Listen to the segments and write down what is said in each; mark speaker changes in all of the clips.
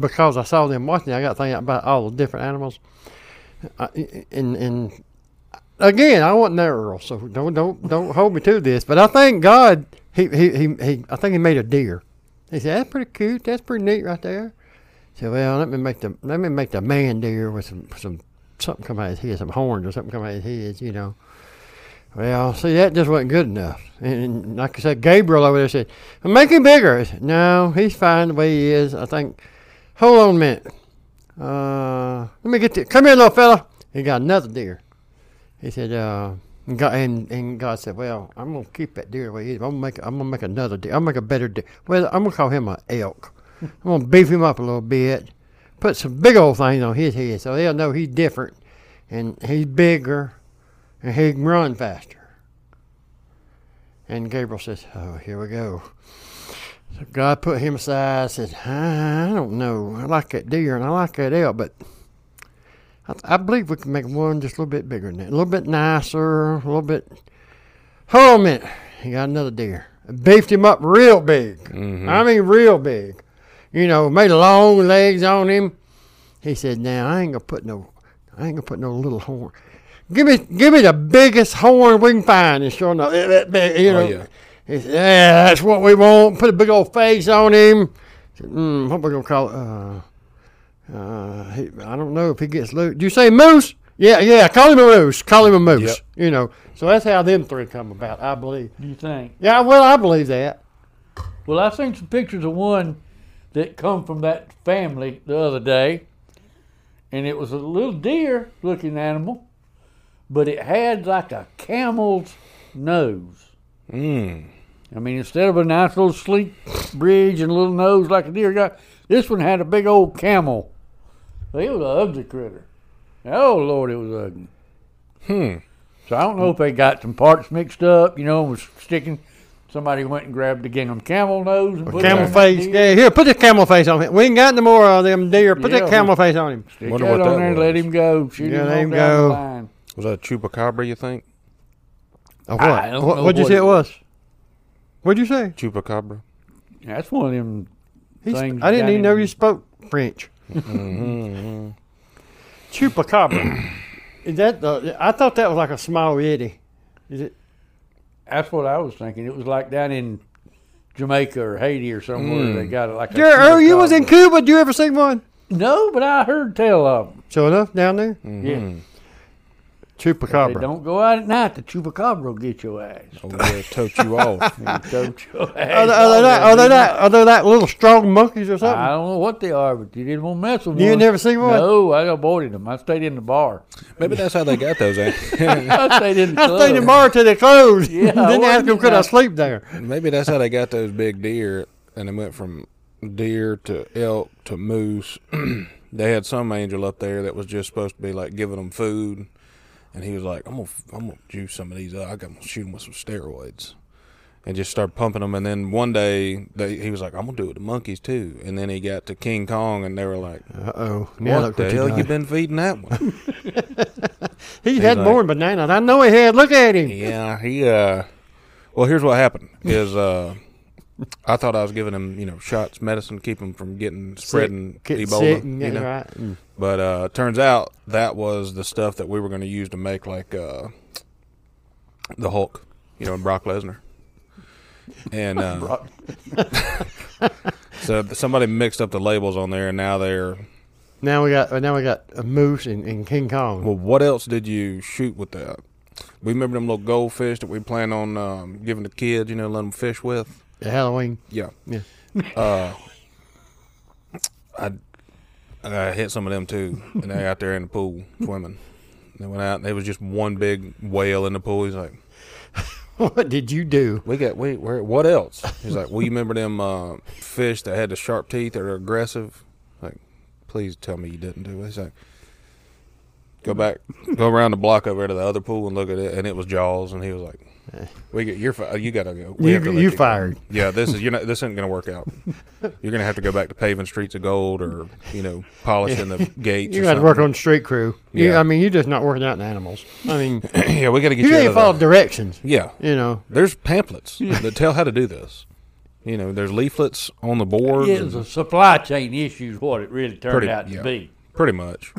Speaker 1: because I saw them watching, I got thinking about all the different animals. I, and and again, I wasn't there, Earl, so don't don't don't hold me to this. But I think God, he he he, he I think he made a deer. He said that's pretty cute. That's pretty neat right there. He said, well, let me make the let me make the man deer with some some something come out of his head, some horns or something come out of his head, you know. Well, see, that just wasn't good enough. And, and like I said, Gabriel over there said, make him bigger. I said, no, he's fine the way he is. I think, hold on a minute. Uh, let me get the, come here, little fella. He got another deer. He said, uh, and God, and, and God said, well, I'm going to keep that deer the way he is. I'm going to make, I'm going to make another deer. I'm going to make a better deer. Well, I'm going to call him an elk. I'm going to beef him up a little bit, put some big old things on his head so they'll know he's different and he's bigger and he can run faster. And Gabriel says, Oh, here we go. So God put him aside, said, I don't know. I like that deer and I like that elk, but I, I believe we can make one just a little bit bigger than that, a little bit nicer, a little bit. Hold on a minute. He got another deer. Beefed him up real big.
Speaker 2: Mm-hmm.
Speaker 1: I mean, real big. You know, made long legs on him. He said, "Now I ain't gonna put no, I ain't gonna put no little horn. Give me, give me the biggest horn we can find." And sure enough, it that big, you know.
Speaker 2: Oh, yeah.
Speaker 1: He said, "Yeah, that's what we want. Put a big old face on him." I said, mm, "What we gonna call it?" Uh, uh, he, I don't know if he gets loose. Do you say moose? Yeah, yeah. Call him a moose. Call him a moose.
Speaker 2: Yep.
Speaker 1: You know. So that's how them three come about, I believe.
Speaker 3: Do you think?
Speaker 1: Yeah, well, I believe that.
Speaker 3: Well, I seen some pictures of one that come from that family the other day, and it was a little deer-looking animal, but it had like a camel's nose.
Speaker 2: Mm.
Speaker 3: I mean, instead of a nice little sleek bridge and a little nose like a deer got, this one had a big old camel. It was an ugly critter. Oh Lord, it was ugly.
Speaker 2: Hmm.
Speaker 3: So I don't know if they got some parts mixed up, you know, and was sticking. Somebody went and grabbed the gingham camel nose and put it
Speaker 1: Camel
Speaker 3: on that
Speaker 1: face.
Speaker 3: deer.
Speaker 1: Yeah, here, put the camel face on him. We ain't got no more of them deer. Put
Speaker 3: Yeah.
Speaker 1: that camel face on him.
Speaker 3: Stick
Speaker 2: Wonder
Speaker 3: that
Speaker 2: what
Speaker 3: on
Speaker 2: that
Speaker 3: there and let
Speaker 2: was.
Speaker 3: him go. Shoot
Speaker 1: Yeah,
Speaker 3: him
Speaker 1: let
Speaker 3: on
Speaker 1: him
Speaker 3: down the
Speaker 1: go.
Speaker 3: line.
Speaker 2: Was that a chupacabra? You think
Speaker 1: Oh, what?
Speaker 3: I don't
Speaker 1: what
Speaker 3: know
Speaker 1: what'd you
Speaker 3: what
Speaker 1: say
Speaker 3: it
Speaker 1: it was? What'd you say?
Speaker 2: chupacabra?
Speaker 3: That's one of them.
Speaker 1: He sp-
Speaker 3: Things
Speaker 1: I didn't
Speaker 3: down
Speaker 1: even know
Speaker 3: in- Mm-hmm.
Speaker 1: you spoke French. Chupacabra. Is that the, I thought that was like a small yeti. Is it?
Speaker 3: That's what I was thinking. It was like down in Jamaica or Haiti or somewhere. They got it like. a
Speaker 1: Hmm. Jerry, Earl, you was in
Speaker 3: chupacabra.
Speaker 1: Cuba. Did you ever see one?
Speaker 3: No, but I heard tell of them.
Speaker 1: Sure enough, down there.
Speaker 3: Yeah. Mm.
Speaker 1: Mm-hmm.
Speaker 3: They
Speaker 1: Chupacabra.
Speaker 3: don't go out at night. The chupacabra will get your ass.
Speaker 2: Over there, tote you off.
Speaker 3: Don't your
Speaker 1: Are
Speaker 3: ass.
Speaker 1: they, are they, not,
Speaker 3: off
Speaker 1: are they
Speaker 3: there.
Speaker 1: not? Are they not little strong monkeys or
Speaker 3: I
Speaker 1: something?
Speaker 3: don't know what they are, but you didn't want to mess with
Speaker 1: You
Speaker 3: one.
Speaker 1: never seen one?
Speaker 3: No, I avoided them. I stayed in the bar.
Speaker 2: Maybe that's how they got those. ain't-
Speaker 3: I stayed in the
Speaker 1: I
Speaker 3: club.
Speaker 1: stayed in the bar till they closed.
Speaker 3: Yeah,
Speaker 1: then they asked them,
Speaker 3: wasn't
Speaker 1: could
Speaker 3: it?
Speaker 1: I sleep there?
Speaker 2: Maybe that's how they got those big deer, and they went from deer to elk to moose. they had some angel up there that was just supposed to be like giving them food, and he was like, "I'm gonna, I'm gonna juice some of these. Up. I'm gonna shoot them with some steroids." And just start pumping them, and then one day they, he was like, "I'm gonna do it to monkeys too." And then he got to King Kong, and they were like,
Speaker 1: Uh oh.
Speaker 2: "What the hell you been feeding that one?"
Speaker 1: He had
Speaker 2: like-
Speaker 1: more bananas. I know he had. Look at him.
Speaker 2: Yeah, he. uh Well, here's what happened: is uh I thought I was giving him, you know, shots, medicine, keep him from getting spreading
Speaker 1: Sick, getting
Speaker 2: Ebola.
Speaker 1: sick and
Speaker 2: you
Speaker 1: getting
Speaker 2: know?
Speaker 1: right. Mm.
Speaker 2: But uh turns out that was the stuff that we were going to use to make like uh the Hulk, you know, and Brock Lesnar. And uh, so somebody mixed up the labels on there, and now they're
Speaker 1: Now we got now we got a moose and, and King Kong.
Speaker 2: Well, what else did you shoot with that? We remember them little goldfish that we plan on um, giving the kids, you know, let them fish with.
Speaker 1: the Halloween.
Speaker 2: Yeah,
Speaker 1: Yeah.
Speaker 2: I, I hit some of them too, and they out there in the pool swimming. They went out, and there was just one big whale in the pool. He's like,
Speaker 1: what did you do?
Speaker 2: "We got wait, where? What else?" He's like, "Well, you remember them uh, fish that had the sharp teeth that are aggressive?" Like, please tell me you didn't do it. He's like, "Go back, go around the block over to the other pool and look at it." And it was jaws, and he was like. We get you're fi- you gotta go. We
Speaker 1: You-
Speaker 2: have to let
Speaker 1: you
Speaker 2: go."
Speaker 1: fired.
Speaker 2: Yeah, this is you're not. This isn't gonna work out. You're gonna have to go back to paving streets of gold, or you know, polishing the gates.
Speaker 1: You
Speaker 2: or
Speaker 1: got to work
Speaker 2: something.
Speaker 1: on street crew. You,
Speaker 2: Yeah.
Speaker 1: I mean, you're just not working out in animals. I mean,
Speaker 2: yeah, we got to get
Speaker 1: you
Speaker 2: you,
Speaker 1: can't
Speaker 2: out of
Speaker 1: follow
Speaker 2: there.
Speaker 1: directions.
Speaker 2: Yeah,
Speaker 1: You know,
Speaker 2: there's pamphlets that tell how to do this. You know, there's leaflets on the boards.
Speaker 3: It was
Speaker 2: and-
Speaker 3: a supply chain issue is what it really turned
Speaker 2: Pretty-
Speaker 3: out to
Speaker 2: yeah.
Speaker 3: be.
Speaker 2: pretty much.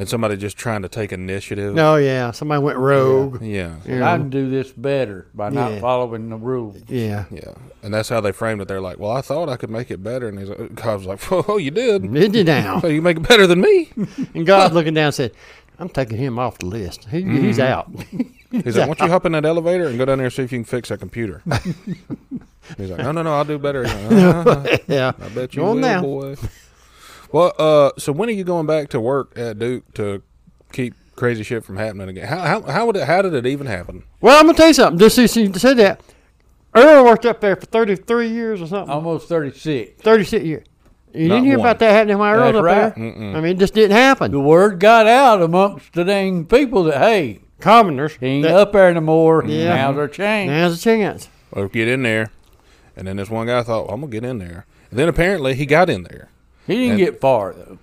Speaker 2: And somebody just trying to take initiative.
Speaker 1: No, yeah, somebody went rogue.
Speaker 2: Yeah.
Speaker 1: You know,
Speaker 3: I can do this better by
Speaker 1: Yeah.
Speaker 3: not following the rules.
Speaker 1: yeah.
Speaker 2: Yeah. And that's how they framed it. They're like, well, I thought I could make it better. And he's like, God was like, oh, you did.
Speaker 1: Did you now?
Speaker 2: So you make it better than me.
Speaker 1: And God looking down said, I'm taking him off the list. He,
Speaker 2: Mm-hmm.
Speaker 1: He's out.
Speaker 2: He's like, why don't you hop in that elevator and go down there and see if you can fix that computer? he's like, no, no, no, I'll do better. He's like, "Uh-huh,
Speaker 1: yeah.
Speaker 2: I bet you
Speaker 1: Go on
Speaker 2: will,
Speaker 1: now.
Speaker 2: boy. Well, uh, so when are you going back to work at Duke to keep crazy shit from happening again? How, how, how would it, how did it even happen?
Speaker 1: Well, I'm going to tell you something. Just since you said that, Earl worked up there for 33 years or something.
Speaker 3: Almost 36.
Speaker 1: 36 years. You
Speaker 2: Not
Speaker 1: didn't hear
Speaker 2: one.
Speaker 1: about that happening when Earl
Speaker 3: That's
Speaker 1: was up
Speaker 3: right.
Speaker 1: there? I mean, it just didn't
Speaker 3: The
Speaker 1: happen.
Speaker 3: word got out amongst the dang people that, hey,
Speaker 1: Commoners.
Speaker 3: he ain't
Speaker 1: that-
Speaker 3: up there no more.
Speaker 1: Yeah.
Speaker 3: Now they're changed.
Speaker 1: Now's a chance.
Speaker 2: Well, get in there. And then this one guy thought, well, I'm going to get in there. And then apparently he got in there.
Speaker 3: he didn't
Speaker 2: and-
Speaker 3: get far, though.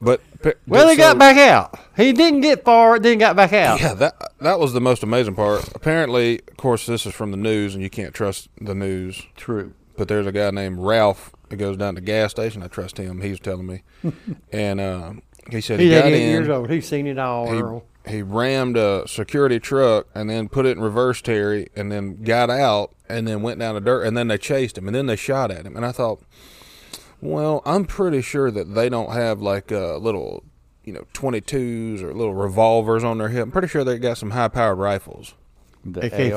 Speaker 2: But
Speaker 1: Well, he
Speaker 2: so-
Speaker 1: got back out. He didn't get far, then got back out.
Speaker 2: Yeah, that that was the most amazing part. Apparently, of course, this is from the news, and you can't trust the news.
Speaker 3: True.
Speaker 2: But there's a guy named Ralph that goes down to the gas station. I trust him. He was telling me, and uh, he said he
Speaker 1: He's
Speaker 2: got
Speaker 1: 88
Speaker 2: in.
Speaker 1: years old. He's seen it all, Earl.
Speaker 2: He, he rammed a security truck and then put it in reverse, Terry, and then got out and then went down the dirt and then they chased him and then they shot at him. And I thought, well, I'm pretty sure that they don't have like uh, little, you know, 22s or little revolvers on their hip. I'm pretty sure they got some high powered rifles.
Speaker 3: The
Speaker 1: AK 47,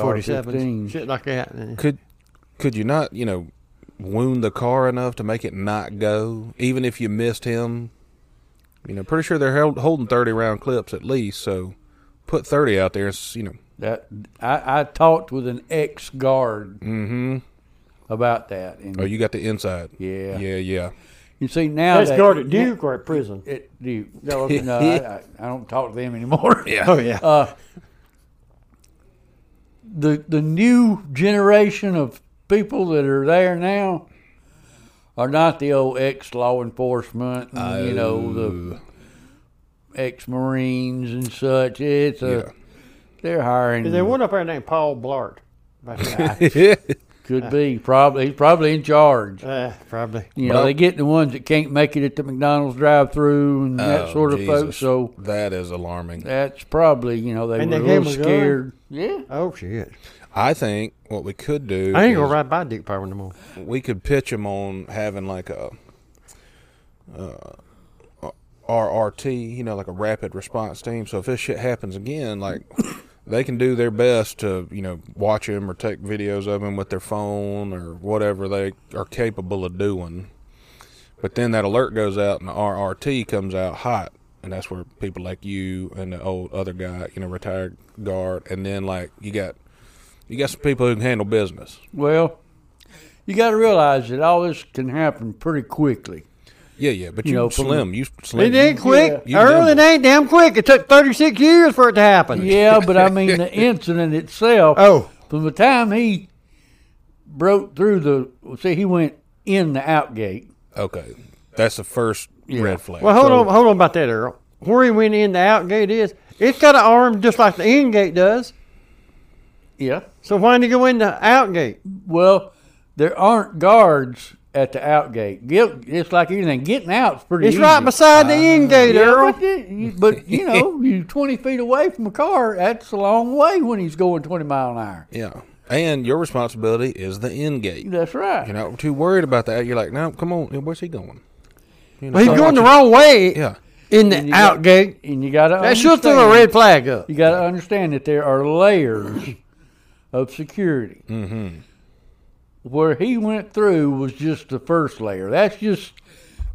Speaker 3: AR-15.
Speaker 1: shit like that.
Speaker 2: Could could you not, you know, wound the car enough to make it not go, even if you missed him? You know, pretty sure they're held, holding 30 round clips at least, so put 30 out there, s- you know.
Speaker 3: That, I, I talked with an ex guard
Speaker 2: Mm-hmm.
Speaker 3: about that. And
Speaker 2: Oh, you got the inside.
Speaker 3: Yeah.
Speaker 2: Yeah, yeah.
Speaker 3: you see, now
Speaker 1: That's
Speaker 3: that-
Speaker 1: guarded Duke or at prison.
Speaker 3: It, Duke. No, no I, I, I don't talk to them anymore.
Speaker 1: Oh, yeah.
Speaker 3: uh, the the new generation of people that are there now are not the old ex law enforcement, and, you know, the ex Marines and such. It's a
Speaker 2: Yeah.
Speaker 3: they're hiring.
Speaker 1: There one up there named Paul Blart. Back there.
Speaker 3: could be probably he's probably in charge.
Speaker 1: Uh, probably.
Speaker 3: You know, they get the ones that can't make it at the McDonald's drive-through and that
Speaker 2: Oh,
Speaker 3: sort of
Speaker 2: Jesus.
Speaker 3: folks. So
Speaker 2: that is alarming.
Speaker 3: that's probably you know they
Speaker 1: And
Speaker 3: were
Speaker 1: they
Speaker 3: a
Speaker 1: gave
Speaker 3: little
Speaker 1: him a gun?
Speaker 3: scared. Yeah,
Speaker 1: Oh shit!
Speaker 2: I think what we could do
Speaker 1: I ain't gonna
Speaker 2: is
Speaker 1: ride by Duke Power no more.
Speaker 2: we could pitch them on having like a uh, RRT, you know, like a rapid response team. So if this shit happens again, like they can do their best to, you know, watch him or take videos of him with their phone or whatever they are capable of doing. But then that alert goes out and the RRT comes out hot. And that's where people like you and the old other guy, you know, retired guard, and then like you got you got some people who can handle business.
Speaker 3: Well, you got to realize that all this can happen pretty quickly.
Speaker 2: Yeah, yeah, but
Speaker 3: You
Speaker 2: you,
Speaker 3: know, from-
Speaker 2: slim, you slim.
Speaker 1: It ain't quick.
Speaker 2: you
Speaker 1: Earl, it
Speaker 2: nimble.
Speaker 1: ain't damn quick. It took 36 years for it to happen.
Speaker 3: Yeah, but I mean the incident itself.
Speaker 1: Oh.
Speaker 3: from the time he broke through the see, he went in the out gate.
Speaker 2: Okay, that's the first red flag.
Speaker 1: Well, hold
Speaker 2: So-
Speaker 1: on, hold on about that, Earl. Where he went in the out gate is it's got an arm just like the in gate does.
Speaker 3: Yeah.
Speaker 1: So why didn't he go in the out gate?
Speaker 3: Well, there aren't guards at the out gate. Get- It's like anything. Getting out's pretty.
Speaker 1: It's
Speaker 3: easy.
Speaker 1: right beside the in gate,
Speaker 3: Yeah,
Speaker 1: Earl.
Speaker 3: but, you- but you know, you twenty feet away from a car. That's a long way when he's going twenty mile an hour.
Speaker 2: Yeah, and your responsibility is the end gate.
Speaker 3: That's right.
Speaker 2: You're not too worried about that. You're like, no, come on, where's he going? You know,
Speaker 1: Well, he's
Speaker 2: so
Speaker 1: going the
Speaker 2: watch
Speaker 1: wrong way
Speaker 2: it. Yeah,
Speaker 1: in the
Speaker 3: you
Speaker 1: out
Speaker 3: got-
Speaker 1: gate.
Speaker 3: and you got to
Speaker 1: That should throw a red flag up.
Speaker 3: You got to understand that there are layers of security. Mm-hmm. Where he went through was just the first layer. That's just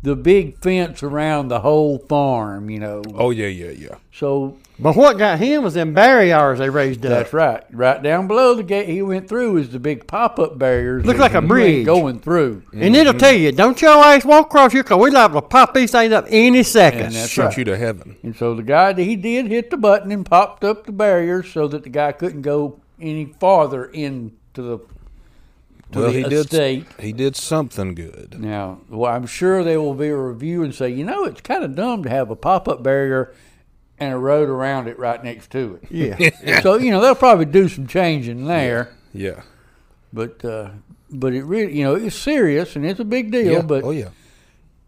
Speaker 3: the big fence around the whole farm, you know.
Speaker 2: oh yeah, yeah, yeah.
Speaker 3: So
Speaker 1: But what got him was them barriers they raised up.
Speaker 3: that's right. Right down below the gate he went through is the big pop up barriers.
Speaker 1: Look
Speaker 3: that
Speaker 1: like a
Speaker 3: you ain't
Speaker 1: bridge.
Speaker 3: going through.
Speaker 1: And
Speaker 3: Mm-hmm.
Speaker 1: it'll tell you, don't your ass walk across here, 'cause we liable to pop these things up any second.
Speaker 3: And that's
Speaker 2: Shoot
Speaker 3: right.
Speaker 2: you to heaven.
Speaker 3: And so the guy that he did hit the button and popped up the barrier so that the guy couldn't go any farther into the to
Speaker 2: Well,
Speaker 3: the
Speaker 2: he did.
Speaker 3: estate.
Speaker 2: He did something good.
Speaker 3: Now, well, I'm sure there will be a review and say, you know, it's kind of dumb to have a pop up barrier and a road around it right next to it.
Speaker 1: yeah.
Speaker 3: so you know they'll probably do some changing there,
Speaker 2: Yeah,
Speaker 3: but uh, But it really, you know, it's serious and it's a big deal.
Speaker 2: yeah.
Speaker 3: But
Speaker 2: oh yeah.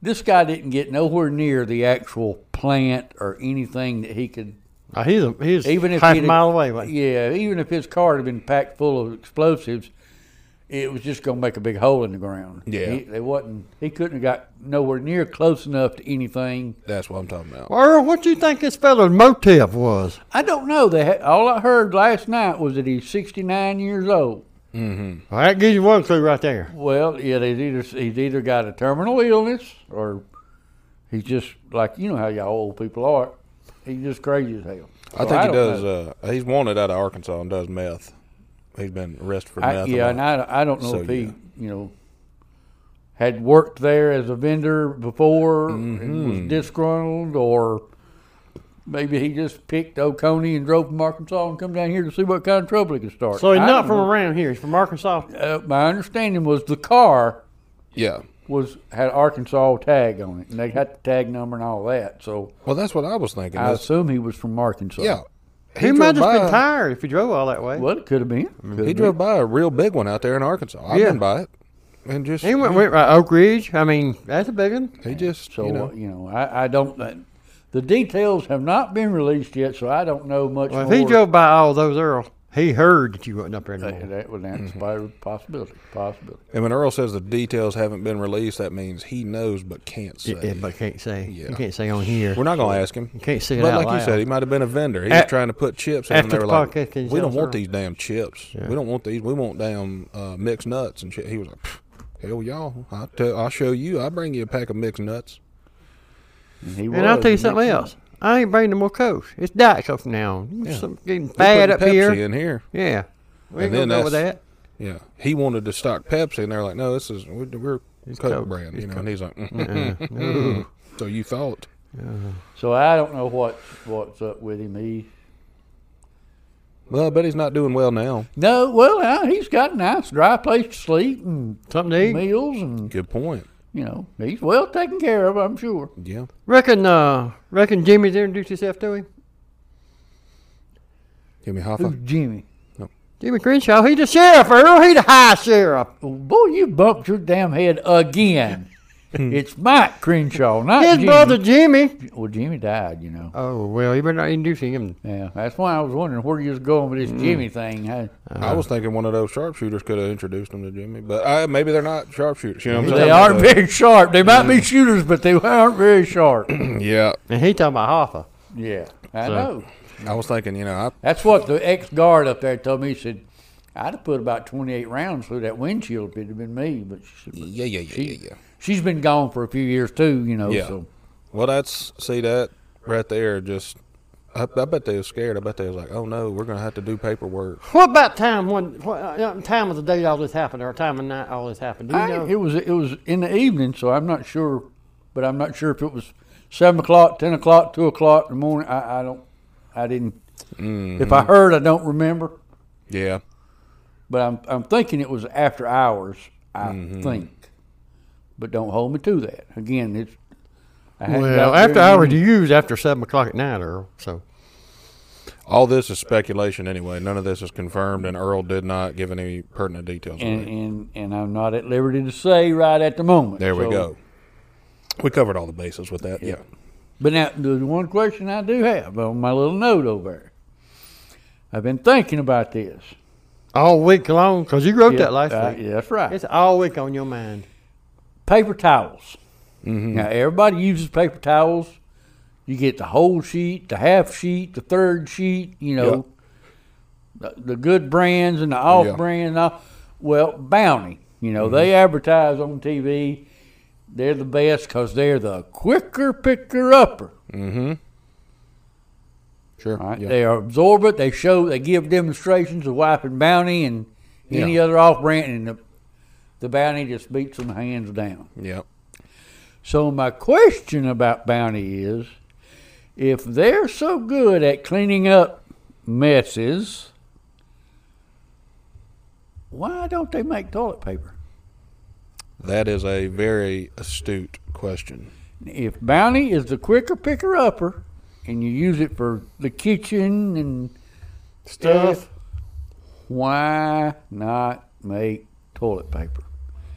Speaker 3: this guy didn't get nowhere near the actual plant or anything that he could.
Speaker 1: Uh, he's a, he's
Speaker 3: Even if
Speaker 1: half a
Speaker 3: he'd-
Speaker 1: mile away. But
Speaker 3: Yeah, even if his car had been packed full of explosives, it was just going to make a big hole in the ground.
Speaker 2: Yeah.
Speaker 3: he, they wasn't. He couldn't have got nowhere near close enough to anything.
Speaker 2: That's what I'm talking about.
Speaker 1: Earl, what do you think this fella's motive was?
Speaker 3: I don't know. They ha- all I heard last night was that he's 69 years old.
Speaker 1: Well, that gives you one clue right there.
Speaker 3: Well, yeah, he's either he's either got a terminal illness or he's just like you know how y'all old people are. He's just crazy as hell.
Speaker 2: I
Speaker 3: So
Speaker 2: think he
Speaker 3: don't
Speaker 2: does.
Speaker 3: know.
Speaker 2: Uh, he's wanted out of Arkansas and does meth. He's been arrested for
Speaker 3: I,
Speaker 2: meth.
Speaker 3: yeah,
Speaker 2: a
Speaker 3: and
Speaker 2: lot.
Speaker 3: I, I don't know
Speaker 2: So,
Speaker 3: if he
Speaker 2: yeah.
Speaker 3: you know had worked there as a vendor before and
Speaker 2: Mm-hmm.
Speaker 3: was disgruntled or. Maybe he just picked Oconee and drove from Arkansas and come down here to see what kind of trouble he could start.
Speaker 1: So he's
Speaker 3: I
Speaker 1: not
Speaker 3: don't
Speaker 1: from
Speaker 3: know.
Speaker 1: around here. He's from Arkansas.
Speaker 3: uh, my understanding was the car
Speaker 2: yeah.
Speaker 3: was had Arkansas tag on it, and they got the tag number and all that. So
Speaker 2: Well, that's what I was thinking.
Speaker 3: I
Speaker 2: That's-
Speaker 3: assume he was uh, from Arkansas.
Speaker 2: yeah.
Speaker 1: He, might
Speaker 2: drove
Speaker 1: just been
Speaker 2: by-
Speaker 1: tired if he drove all that way.
Speaker 3: well, it could have been. Could
Speaker 2: He
Speaker 3: have
Speaker 2: drove by a real big one out there in Arkansas. I've
Speaker 1: Yeah.
Speaker 2: been by it, and just
Speaker 1: He went, went right Oak Ridge. I mean, that's a big one.
Speaker 2: He
Speaker 3: been.
Speaker 2: just
Speaker 3: So
Speaker 2: you know.
Speaker 3: uh, you know, I, I don't. uh, the details have not been released yet, so I don't know much.
Speaker 1: Well, if
Speaker 3: more.
Speaker 1: he drove by all those, Earl, he heard that you wasn't up there
Speaker 3: Uh,
Speaker 1: anymore.
Speaker 3: that was an inspired possibility. Possibility.
Speaker 2: And when Earl says the details haven't been released, that means he knows but can't say.
Speaker 1: Yeah, but can't say.
Speaker 2: Yeah.
Speaker 1: You can't say on here.
Speaker 2: We're not going to ask him. You
Speaker 1: can't say it
Speaker 2: But
Speaker 1: out
Speaker 2: like you
Speaker 1: loud.
Speaker 2: said, he might have been a vendor. He
Speaker 1: At-
Speaker 2: was trying to put chips in,
Speaker 1: after
Speaker 2: and they
Speaker 1: the
Speaker 2: were like,
Speaker 1: podcast, he
Speaker 2: "We don't
Speaker 1: tells
Speaker 2: want
Speaker 1: Earl.
Speaker 2: these damn chips.
Speaker 1: Yeah.
Speaker 2: We don't want these. We want damn uh, mixed nuts and shit." He was like, "Pff, "Hell, y'all! I tell, I'll show you. I bring you a pack of mixed nuts."
Speaker 3: And, he
Speaker 1: And I'll
Speaker 3: was,
Speaker 1: tell you
Speaker 3: and
Speaker 1: something
Speaker 3: he-
Speaker 1: else. I ain't bringing no more Coke. It's Diet Coke from now on.
Speaker 2: Yeah.
Speaker 1: Some getting
Speaker 2: We
Speaker 1: bad
Speaker 2: putting
Speaker 1: up
Speaker 2: Pepsi
Speaker 1: here.
Speaker 2: in here.
Speaker 1: Yeah. We ain't going
Speaker 2: And then
Speaker 1: to go with
Speaker 2: that's-
Speaker 1: that.
Speaker 2: Yeah, he wanted to stock Pepsi, and they're like, "No, this is we're, we're Coke,
Speaker 1: Coke.
Speaker 2: brand," you
Speaker 1: It's
Speaker 2: know.
Speaker 1: Coke.
Speaker 2: And he's like, mm,
Speaker 1: Uh, no.
Speaker 2: "So you thought?"
Speaker 3: So I don't know what what's up with him. He
Speaker 2: Well, I bet he's not doing well now.
Speaker 3: no. Well, uh, he's got a nice dry place to sleep and
Speaker 1: Something to eat.
Speaker 3: meals, and
Speaker 2: Good point.
Speaker 3: you know he's well taken care of. I'm sure.
Speaker 2: Yeah,
Speaker 1: Reckon, uh, reckon Jimmy's introduced himself to him.
Speaker 2: Jimmy
Speaker 3: Who's
Speaker 2: Hoffa.
Speaker 3: Jimmy?
Speaker 1: Jimmy Crenshaw, he the sheriff, Earl. He the high sheriff.
Speaker 3: Well, Boy, you bumped your damn head again. it's Mike Crenshaw, not
Speaker 1: His
Speaker 3: Jimmy.
Speaker 1: brother Jimmy.
Speaker 3: Well, Jimmy died, you know.
Speaker 1: Oh well, you better not introduce him.
Speaker 3: Yeah, that's why I was wondering where you was going with this Jimmy thing. I,
Speaker 2: Mm. I was thinking one of those sharpshooters could have introduced him to Jimmy, but I, maybe they're not sharpshooters. You know what I'm
Speaker 3: they
Speaker 2: saying?
Speaker 3: aren't very sharp. They might
Speaker 2: Mm.
Speaker 3: be shooters, but they aren't very sharp.
Speaker 2: Yeah,
Speaker 1: And he talking about Hoffa.
Speaker 3: yeah, I
Speaker 1: So-
Speaker 3: know.
Speaker 2: I was thinking, you know, I,
Speaker 3: That's what the ex guard up there told me. He said, I'd have put about 28 rounds through that windshield if it had been me. But she, said,
Speaker 2: yeah, yeah, yeah, yeah, yeah.
Speaker 3: she's been gone for a few years, too, you know.
Speaker 2: Yeah.
Speaker 3: So
Speaker 2: Well, that's see that right there. Just, I, I bet they was scared. I bet they was like, "Oh no, we're gonna have to do paperwork."
Speaker 1: What about time when what, uh, time of the day all this happened, or time of night all this happened? Do you
Speaker 3: I-
Speaker 1: know?
Speaker 3: it was it was in the evening, so I'm not sure, but I'm not sure if it was seven o'clock, ten o'clock, two o'clock in the morning. I, I don't, I didn't. If
Speaker 2: Mm-hmm.
Speaker 3: I heard, I don't remember,
Speaker 2: Yeah,
Speaker 3: but I'm I'm thinking it was after hours. I
Speaker 1: Mm-hmm.
Speaker 3: think, but don't hold me to that. Again, it's I hadn't
Speaker 1: well,
Speaker 3: got
Speaker 1: after
Speaker 3: very
Speaker 1: hours
Speaker 3: many-
Speaker 1: you use after seven o'clock at night, Earl. So
Speaker 2: all this is speculation anyway. None of this is confirmed, and Earl did not give any pertinent details. on
Speaker 3: and,
Speaker 2: it.
Speaker 3: and and I'm not at liberty to say right at the moment.
Speaker 2: There we
Speaker 3: so-
Speaker 2: go. We covered all the bases with that. Yeah.
Speaker 3: But now, the one question I do have on my little note over there, I've been thinking about this.
Speaker 1: all week long, because you wrote
Speaker 3: Yeah,
Speaker 1: that last
Speaker 3: uh,
Speaker 1: week.
Speaker 3: yeah, that's right.
Speaker 1: It's all week on your mind.
Speaker 3: paper towels.
Speaker 2: Mm-hmm.
Speaker 3: Now everybody uses paper towels. You get the whole sheet, the half sheet, the third sheet. You know, the, the good brands and the off
Speaker 2: Yeah. Mm-hmm.
Speaker 3: brands. And all. Well, Bounty. You know, they advertise on TV. They're the best because they're the quicker picker upper.
Speaker 2: Sure.
Speaker 3: Right?
Speaker 2: Yeah.
Speaker 3: They are absorbent. They show. They give demonstrations of wiping Bounty and any
Speaker 2: Yeah.
Speaker 3: other off brand, and the, the Bounty just beats them hands down.
Speaker 2: Yep.
Speaker 3: So my question about Bounty is, if they're so good at cleaning up messes, why don't they make toilet paper?
Speaker 2: That is a very astute question.
Speaker 3: If Bounty is the quicker picker upper, and you use it for the kitchen and
Speaker 1: Stuff.
Speaker 3: why not make toilet paper,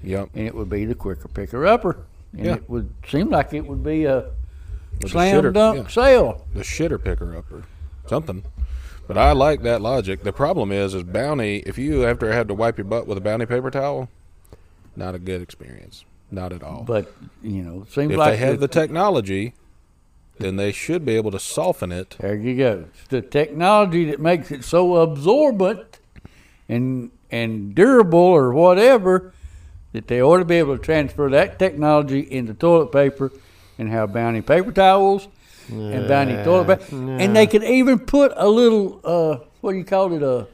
Speaker 2: Yep.
Speaker 3: and it would be the quicker picker upper. And
Speaker 2: Yeah.
Speaker 3: it would seem like it would be a
Speaker 2: With the
Speaker 3: slam
Speaker 2: shitter-
Speaker 3: dunk
Speaker 2: yeah.
Speaker 3: sale.
Speaker 2: the shitter picker up or something. But I like that logic. The problem is, is bounty. If you after had to wipe your butt with a bounty paper towel, not a good experience. Not at all.
Speaker 3: But you know, it seems
Speaker 2: if
Speaker 3: like
Speaker 2: they have the
Speaker 3: the-
Speaker 2: technology, then they should be able to soften it.
Speaker 3: There you go. It's the technology that makes it so absorbent and and durable or whatever that they ought to be able to transfer that technology into toilet paper and have bounty paper towels and bounty toilet paper. And they could even put a little uh, what do you call it a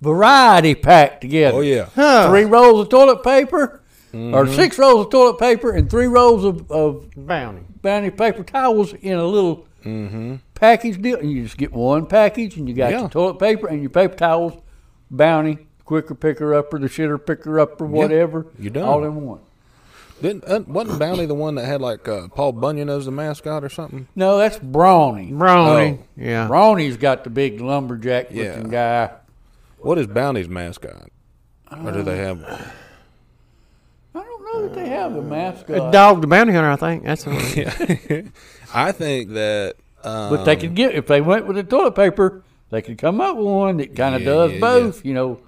Speaker 3: variety pack together.
Speaker 2: Oh yeah, Mm-hmm.
Speaker 1: Huh.
Speaker 3: Three rolls of toilet paper or six rolls of toilet paper and three rolls of, of
Speaker 1: Bounty.
Speaker 3: bounty paper towels in a little package deal, and you just get one package, and you got
Speaker 2: Mm-hmm. Yeah.
Speaker 3: your toilet paper and your paper towels, bounty, quicker picker upper, the shitter picker upper, whatever.
Speaker 2: you done.
Speaker 3: all in one.
Speaker 2: Didn't, uh, wasn't Bounty the one that had like uh, Paul Bunyan as the mascot or something?
Speaker 3: No, that's Brawny.
Speaker 1: Brownie.
Speaker 2: Oh.
Speaker 1: Yeah.
Speaker 3: Brawny's got the big lumberjack looking guy.
Speaker 2: What is Bounty's mascot? Or do they have
Speaker 3: Uh.
Speaker 2: one?
Speaker 3: I don't know that they have a
Speaker 1: A
Speaker 2: Uh,
Speaker 3: mascot,
Speaker 1: dog, the bounty hunter, I think. That's the one.
Speaker 2: I think that. Um,
Speaker 3: but they could get if they went with the toilet paper, they could come up with one that kind of
Speaker 2: Yeah,
Speaker 3: does
Speaker 2: yeah, yeah.
Speaker 3: both. You know,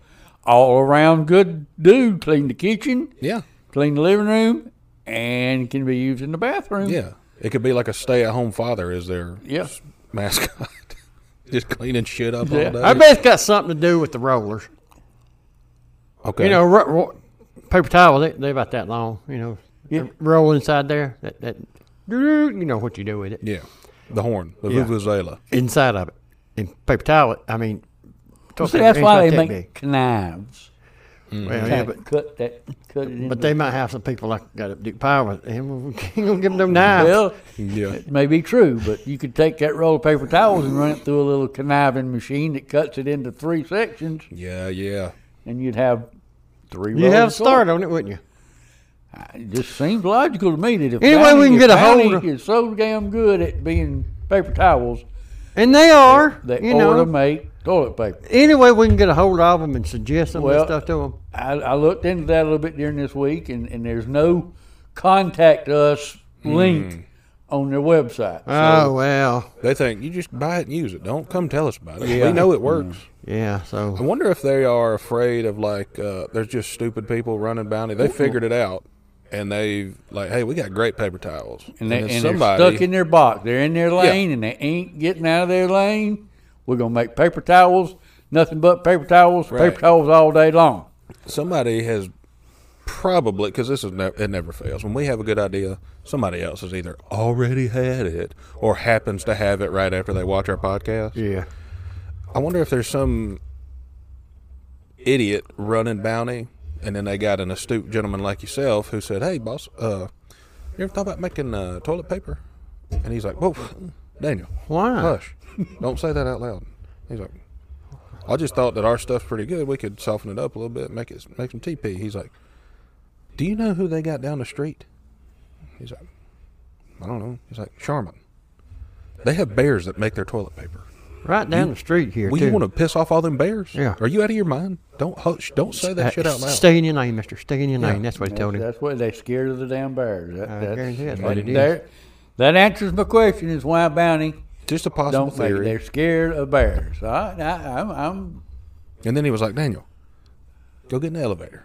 Speaker 3: all around good dude, clean the kitchen.
Speaker 2: yeah,
Speaker 3: clean the living room, and can be used in the bathroom.
Speaker 2: yeah. It could be like a stay-at-home father is their
Speaker 3: Yeah.
Speaker 2: mascot, just cleaning shit up
Speaker 3: Yeah.
Speaker 2: all day.
Speaker 1: I bet it's got something to do with the rollers.
Speaker 2: Okay.
Speaker 1: You know, ro- ro- paper towel, they, they about that long, you know.
Speaker 3: Yeah.
Speaker 1: Roll inside there. That, that, you know what you do with it.
Speaker 2: Yeah. The horn, the
Speaker 1: Yeah.
Speaker 2: vuvuzela.
Speaker 1: Inside of it. And paper towel, I mean, toilet
Speaker 3: See,
Speaker 1: paper
Speaker 3: that's
Speaker 1: ain't
Speaker 3: why
Speaker 1: like
Speaker 3: they
Speaker 1: that
Speaker 3: make
Speaker 1: big.
Speaker 3: knives.
Speaker 2: Mm.
Speaker 1: Well, yeah,
Speaker 3: Kinda
Speaker 1: but,
Speaker 3: cut that, cut it in.
Speaker 1: but they might have some people like got up Duke Power with him. We can't give them no knives.
Speaker 3: well,
Speaker 2: Yeah.
Speaker 3: it may be true, but you could take that roll of paper towels and run it through a little conniving machine that cuts it into three sections,
Speaker 2: Yeah, yeah.
Speaker 3: and you'd have three.
Speaker 1: You'd
Speaker 3: rolls
Speaker 1: have
Speaker 3: of
Speaker 1: a start on it, wouldn't you?
Speaker 3: toilet. It just seems logical to me that if
Speaker 1: Anyway, we
Speaker 3: Bounty-
Speaker 1: can
Speaker 3: if
Speaker 1: get a hold
Speaker 3: Bounty
Speaker 1: of-
Speaker 3: is so damn good at being paper towels,
Speaker 1: And they are,
Speaker 3: they
Speaker 1: you
Speaker 3: ought
Speaker 1: know.
Speaker 3: to make toilet paper.
Speaker 1: Anyway, we can get a hold of them and suggest some
Speaker 3: Well-
Speaker 1: of this stuff to them.
Speaker 3: I, I looked into that a little bit during this week, and, and there's no contact us
Speaker 2: Mm-hmm.
Speaker 3: link on their website.
Speaker 1: oh well,
Speaker 2: They think you just buy it and use it. Don't come tell us about it.
Speaker 3: Yeah. Mm.
Speaker 2: We know it works.
Speaker 1: yeah. So
Speaker 2: I wonder if they are afraid of like uh, they're just stupid people running bounty. They figured it out and they've like, hey, we got great paper towels.
Speaker 3: and they,
Speaker 2: if
Speaker 3: and they're stuck in their box. They're in their lane, and they ain't getting out of their lane. We're gonna make paper towels, nothing but paper towels,
Speaker 2: Right.
Speaker 3: paper towels all day long.
Speaker 2: somebody has probably because this is ne- it never fails when we have a good idea somebody else has either already had it or happens to have it right after they watch our podcast
Speaker 1: yeah,
Speaker 2: I wonder if there's some idiot running bounty, and then they got an astute gentleman like yourself who said, "Hey, boss, uh, you ever thought about making uh, toilet paper?" And he's like, "Whoa, Daniel,
Speaker 1: Why?
Speaker 2: Hush, don't say that out loud." He's like, "I just thought that our stuff's pretty good. We could soften it up a little bit, make it make some TP." He's like, "Do you know who they got down the street?" He's like, "I don't know." He's like, "Charmin." They have bears that make their toilet paper.
Speaker 1: right down the street here
Speaker 2: Well,
Speaker 1: too.
Speaker 2: you want to piss off all them bears?
Speaker 1: Yeah.
Speaker 2: Are you out of your mind? Don't hush. Don't say that
Speaker 1: Uh,
Speaker 2: shit out loud.
Speaker 1: Stay in your lane, Mister. Stay in your lane. That's what he
Speaker 3: That's,
Speaker 1: told him.
Speaker 3: that's why they scared of the damn bears. That,
Speaker 1: I
Speaker 3: that's,
Speaker 1: guarantee that's
Speaker 3: that-
Speaker 1: what it is.
Speaker 3: there- That answers my question: Is why bounty
Speaker 2: Just a possible
Speaker 3: don't make it.
Speaker 2: theory.
Speaker 3: They're scared of bears. All right, I, I'm, I'm
Speaker 2: and then he was like, Daniel, go get in the elevator.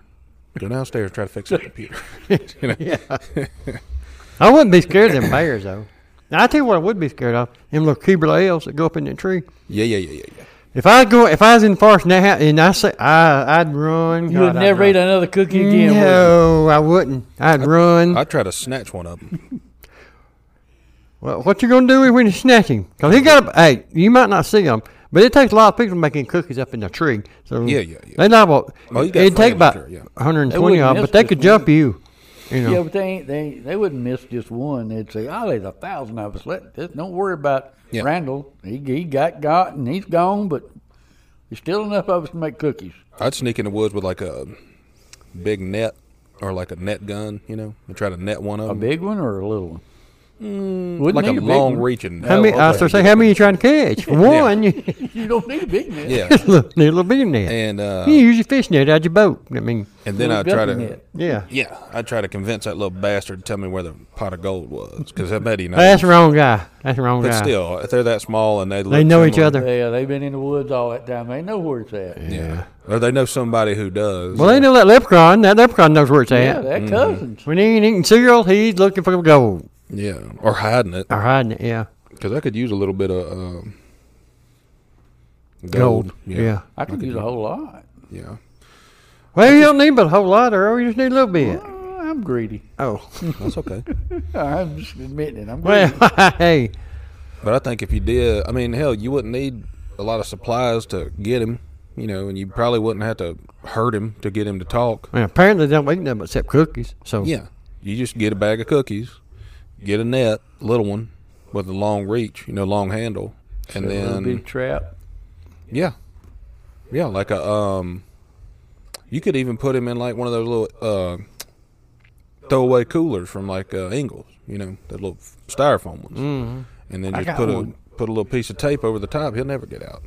Speaker 2: Go downstairs and try to fix that computer. You know?
Speaker 1: I wouldn't be scared of them bears though. Now I tell you what, I would be scared of them little Keebler elves that go up in that tree.
Speaker 2: Yeah, yeah, yeah, yeah, yeah.
Speaker 1: If I go, if I was in the forest now and I say, I, I'd run.
Speaker 3: You
Speaker 1: God,
Speaker 3: would never
Speaker 1: I'd
Speaker 3: eat
Speaker 1: run.
Speaker 3: another cookie again. would you?
Speaker 1: No, I wouldn't. I'd run.
Speaker 2: I'd try to snatch one of them.
Speaker 1: Well, what you gonna do is when you snatch him? 'Cause he got a hey, you might not see him, but it takes a lot of people making cookies up in the tree. So
Speaker 2: Yeah, yeah, yeah.
Speaker 1: They liable.
Speaker 2: Oh, you got
Speaker 1: it'd
Speaker 2: friends
Speaker 1: take
Speaker 2: up
Speaker 1: about
Speaker 2: there, yeah.
Speaker 1: 120
Speaker 3: They
Speaker 1: of
Speaker 3: wouldn't
Speaker 1: them,
Speaker 3: miss
Speaker 1: but they
Speaker 3: this
Speaker 1: could
Speaker 3: one.
Speaker 1: jump you. You know,
Speaker 3: Yeah, but they ain't, they they wouldn't miss just one. They'd say, "Oh, there's a thousand of us. Let this, don't worry about
Speaker 2: Yeah.
Speaker 3: Randall. He he got got and he's gone, but there's still enough of us to make cookies."
Speaker 2: I'd sneak in the woods with like a big net or like a net gun, you know, and try to net one of
Speaker 3: A
Speaker 2: them.
Speaker 3: big one or a little one? Wouldn't
Speaker 2: Mm. like a
Speaker 3: need a big
Speaker 2: long
Speaker 3: one.
Speaker 2: reaching.
Speaker 1: How
Speaker 3: Oh,
Speaker 1: many? I was say, how many you trying to catch? For
Speaker 2: Yeah.
Speaker 1: one, you need
Speaker 3: You don't need a big net.
Speaker 2: Yeah,
Speaker 1: a little- need a little bit of net.
Speaker 2: and uh,
Speaker 1: you use your fishnet out your boat. I mean,
Speaker 2: and then I
Speaker 3: Little
Speaker 2: try to.
Speaker 3: guppy net.
Speaker 1: yeah.
Speaker 2: Yeah, I try to convince that little bastard to tell me where the pot of gold was because I bet he knows.
Speaker 1: That's the wrong guy. That's the wrong
Speaker 2: but
Speaker 1: guy.
Speaker 2: still, if they're that small and they look
Speaker 1: they know each
Speaker 2: similar-
Speaker 1: other.
Speaker 3: Yeah, they've been in the woods all that time. They know where it's at. Yeah,
Speaker 2: Yeah, or they know somebody who does.
Speaker 1: Well, they know that leprechaun. That leprechaun knows where it's at.
Speaker 2: Mm-hmm.
Speaker 3: they're cousins.
Speaker 1: When he ain't eating cereal, he's looking for gold
Speaker 2: yeah, or hiding it
Speaker 1: or hiding it. Yeah,
Speaker 2: because I could use a little bit of um,
Speaker 1: gold. Yeah.
Speaker 3: I could use a whole lot.
Speaker 2: yeah.
Speaker 1: Well, you don't need but a whole lot, Earl. You just need a little bit.
Speaker 3: Oh, I'm greedy.
Speaker 1: Oh,
Speaker 2: That's okay.
Speaker 3: I'm just admitting it. I'm
Speaker 1: well,
Speaker 3: greedy.
Speaker 1: hey,
Speaker 2: But I think if you did, I mean, hell, you wouldn't need a lot of supplies to get him, you know, and you probably wouldn't have to hurt him to get him to talk.
Speaker 1: well, apparently they don't eat nothing but except cookies. So
Speaker 2: Yeah. You just get a bag of cookies, get a net, little one with a long reach, you know, long handle. And
Speaker 3: a little
Speaker 2: then
Speaker 3: big trap.
Speaker 2: yeah. Yeah, like a um you could even put him in like one of those little uh throwaway coolers from like uh Ingles, you know, the little styrofoam ones. mm And then
Speaker 3: Mm-hmm. I
Speaker 2: just
Speaker 3: got
Speaker 2: put
Speaker 3: one.
Speaker 2: a put a little piece of tape over the top, he'll never get out.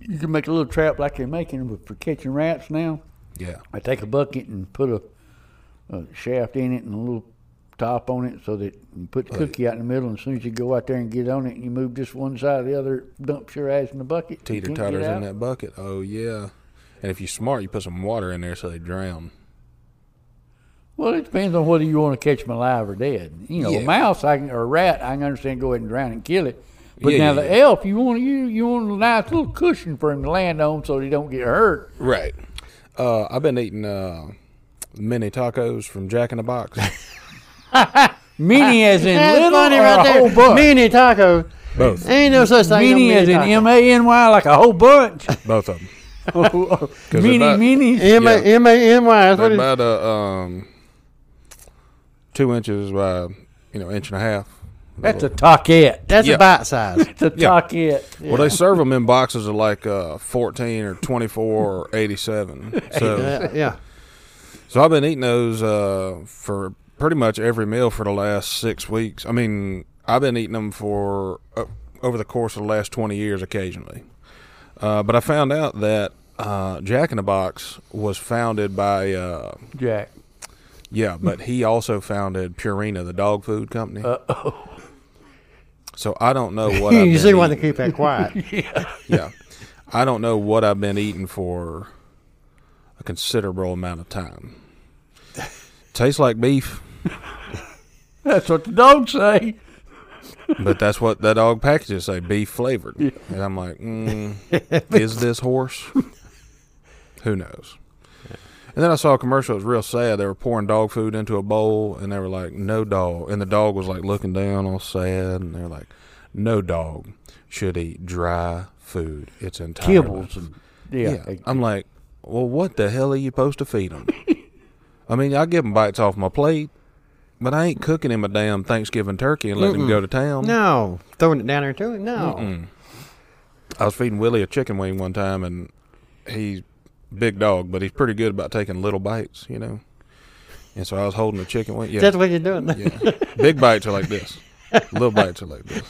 Speaker 3: You can make a little trap like they're making with- for catching rats now.
Speaker 2: Yeah.
Speaker 3: I take a bucket and put a, a shaft in it and a little top on it so that you put the cookie out in the middle. And as soon as you go out there and get on it and you move just one side or the other, it dumps your ass in the bucket. You
Speaker 2: Teeter
Speaker 3: can't get
Speaker 2: totters
Speaker 3: out.
Speaker 2: in that bucket. Oh yeah. And if you're smart you put some water in there so they drown.
Speaker 3: Well, it depends on whether you want to catch them alive or dead. You know, a
Speaker 2: Yeah.
Speaker 3: mouse I can, or a rat, I can understand go ahead and drown and kill it. But
Speaker 2: Yeah,
Speaker 3: now
Speaker 2: yeah,
Speaker 3: the
Speaker 2: yeah.
Speaker 3: elf, you want you you want a nice little cushion for him to land on so he don't get hurt.
Speaker 2: Right. Uh, I've been eating uh, mini tacos from Jack in the Box,
Speaker 3: Mini as in
Speaker 1: That's
Speaker 3: little
Speaker 1: funny
Speaker 3: or
Speaker 1: right
Speaker 3: a whole
Speaker 1: there.
Speaker 3: bunch.
Speaker 1: Mini taco.
Speaker 2: both,
Speaker 1: Ain't no such thing. as
Speaker 3: Mini as in
Speaker 1: taco.
Speaker 3: M A N Y, like a whole bunch.
Speaker 2: both of them.
Speaker 3: mini,
Speaker 2: about-
Speaker 3: mini.
Speaker 1: M A M A N Y. That's what
Speaker 2: They're
Speaker 1: it is.
Speaker 2: about a um, two inches by you know inch and a half.
Speaker 3: That's a taquette.
Speaker 1: That's
Speaker 2: Yeah.
Speaker 1: a bite size.
Speaker 3: That's a
Speaker 2: Yeah.
Speaker 3: taquette.
Speaker 2: Well, they serve them in boxes of like uh, fourteen or twenty-four or eighty-seven. So,
Speaker 1: yeah, yeah.
Speaker 2: so I've been eating those uh, for pretty much every meal for the last six weeks. I mean, I've been eating them for uh, over the course of the last twenty years, occasionally. Uh, but I found out that uh, Jack in the Box was founded by, uh,
Speaker 3: Jack.
Speaker 2: yeah, but he also founded Purina, the dog food company. Uh oh. So I don't know what I've
Speaker 1: You see
Speaker 2: been
Speaker 1: why they
Speaker 2: eating.
Speaker 1: keep that quiet.
Speaker 2: yeah, I don't know what I've been eating for a considerable amount of time. Tastes like beef,
Speaker 3: That's what the dogs say.
Speaker 2: but that's what that dog packages say, beef flavored. And I'm like, mm, is this horse? Who knows? And then I saw a commercial. It was real sad. They were pouring dog food into a bowl, and they were like, "No dog." And the dog was like looking down, all sad. And they're like, "No dog should eat dry food. It's entirely
Speaker 3: Kibbles and
Speaker 2: Yeah.
Speaker 3: yeah.
Speaker 2: I'm like, well, what the hell are you supposed to feed him? I mean, I give him bites off my plate, but I ain't cooking him a damn Thanksgiving turkey and letting him go to town.
Speaker 1: no, throwing it down there too. No.
Speaker 2: I was feeding Willie a chicken wing one time, and he's big dog, but he's pretty good about taking little bites, you know. And so I was holding the chicken wing. Yeah,
Speaker 1: That's what you're doing.
Speaker 2: yeah. big bites are like this. Little bites are like this.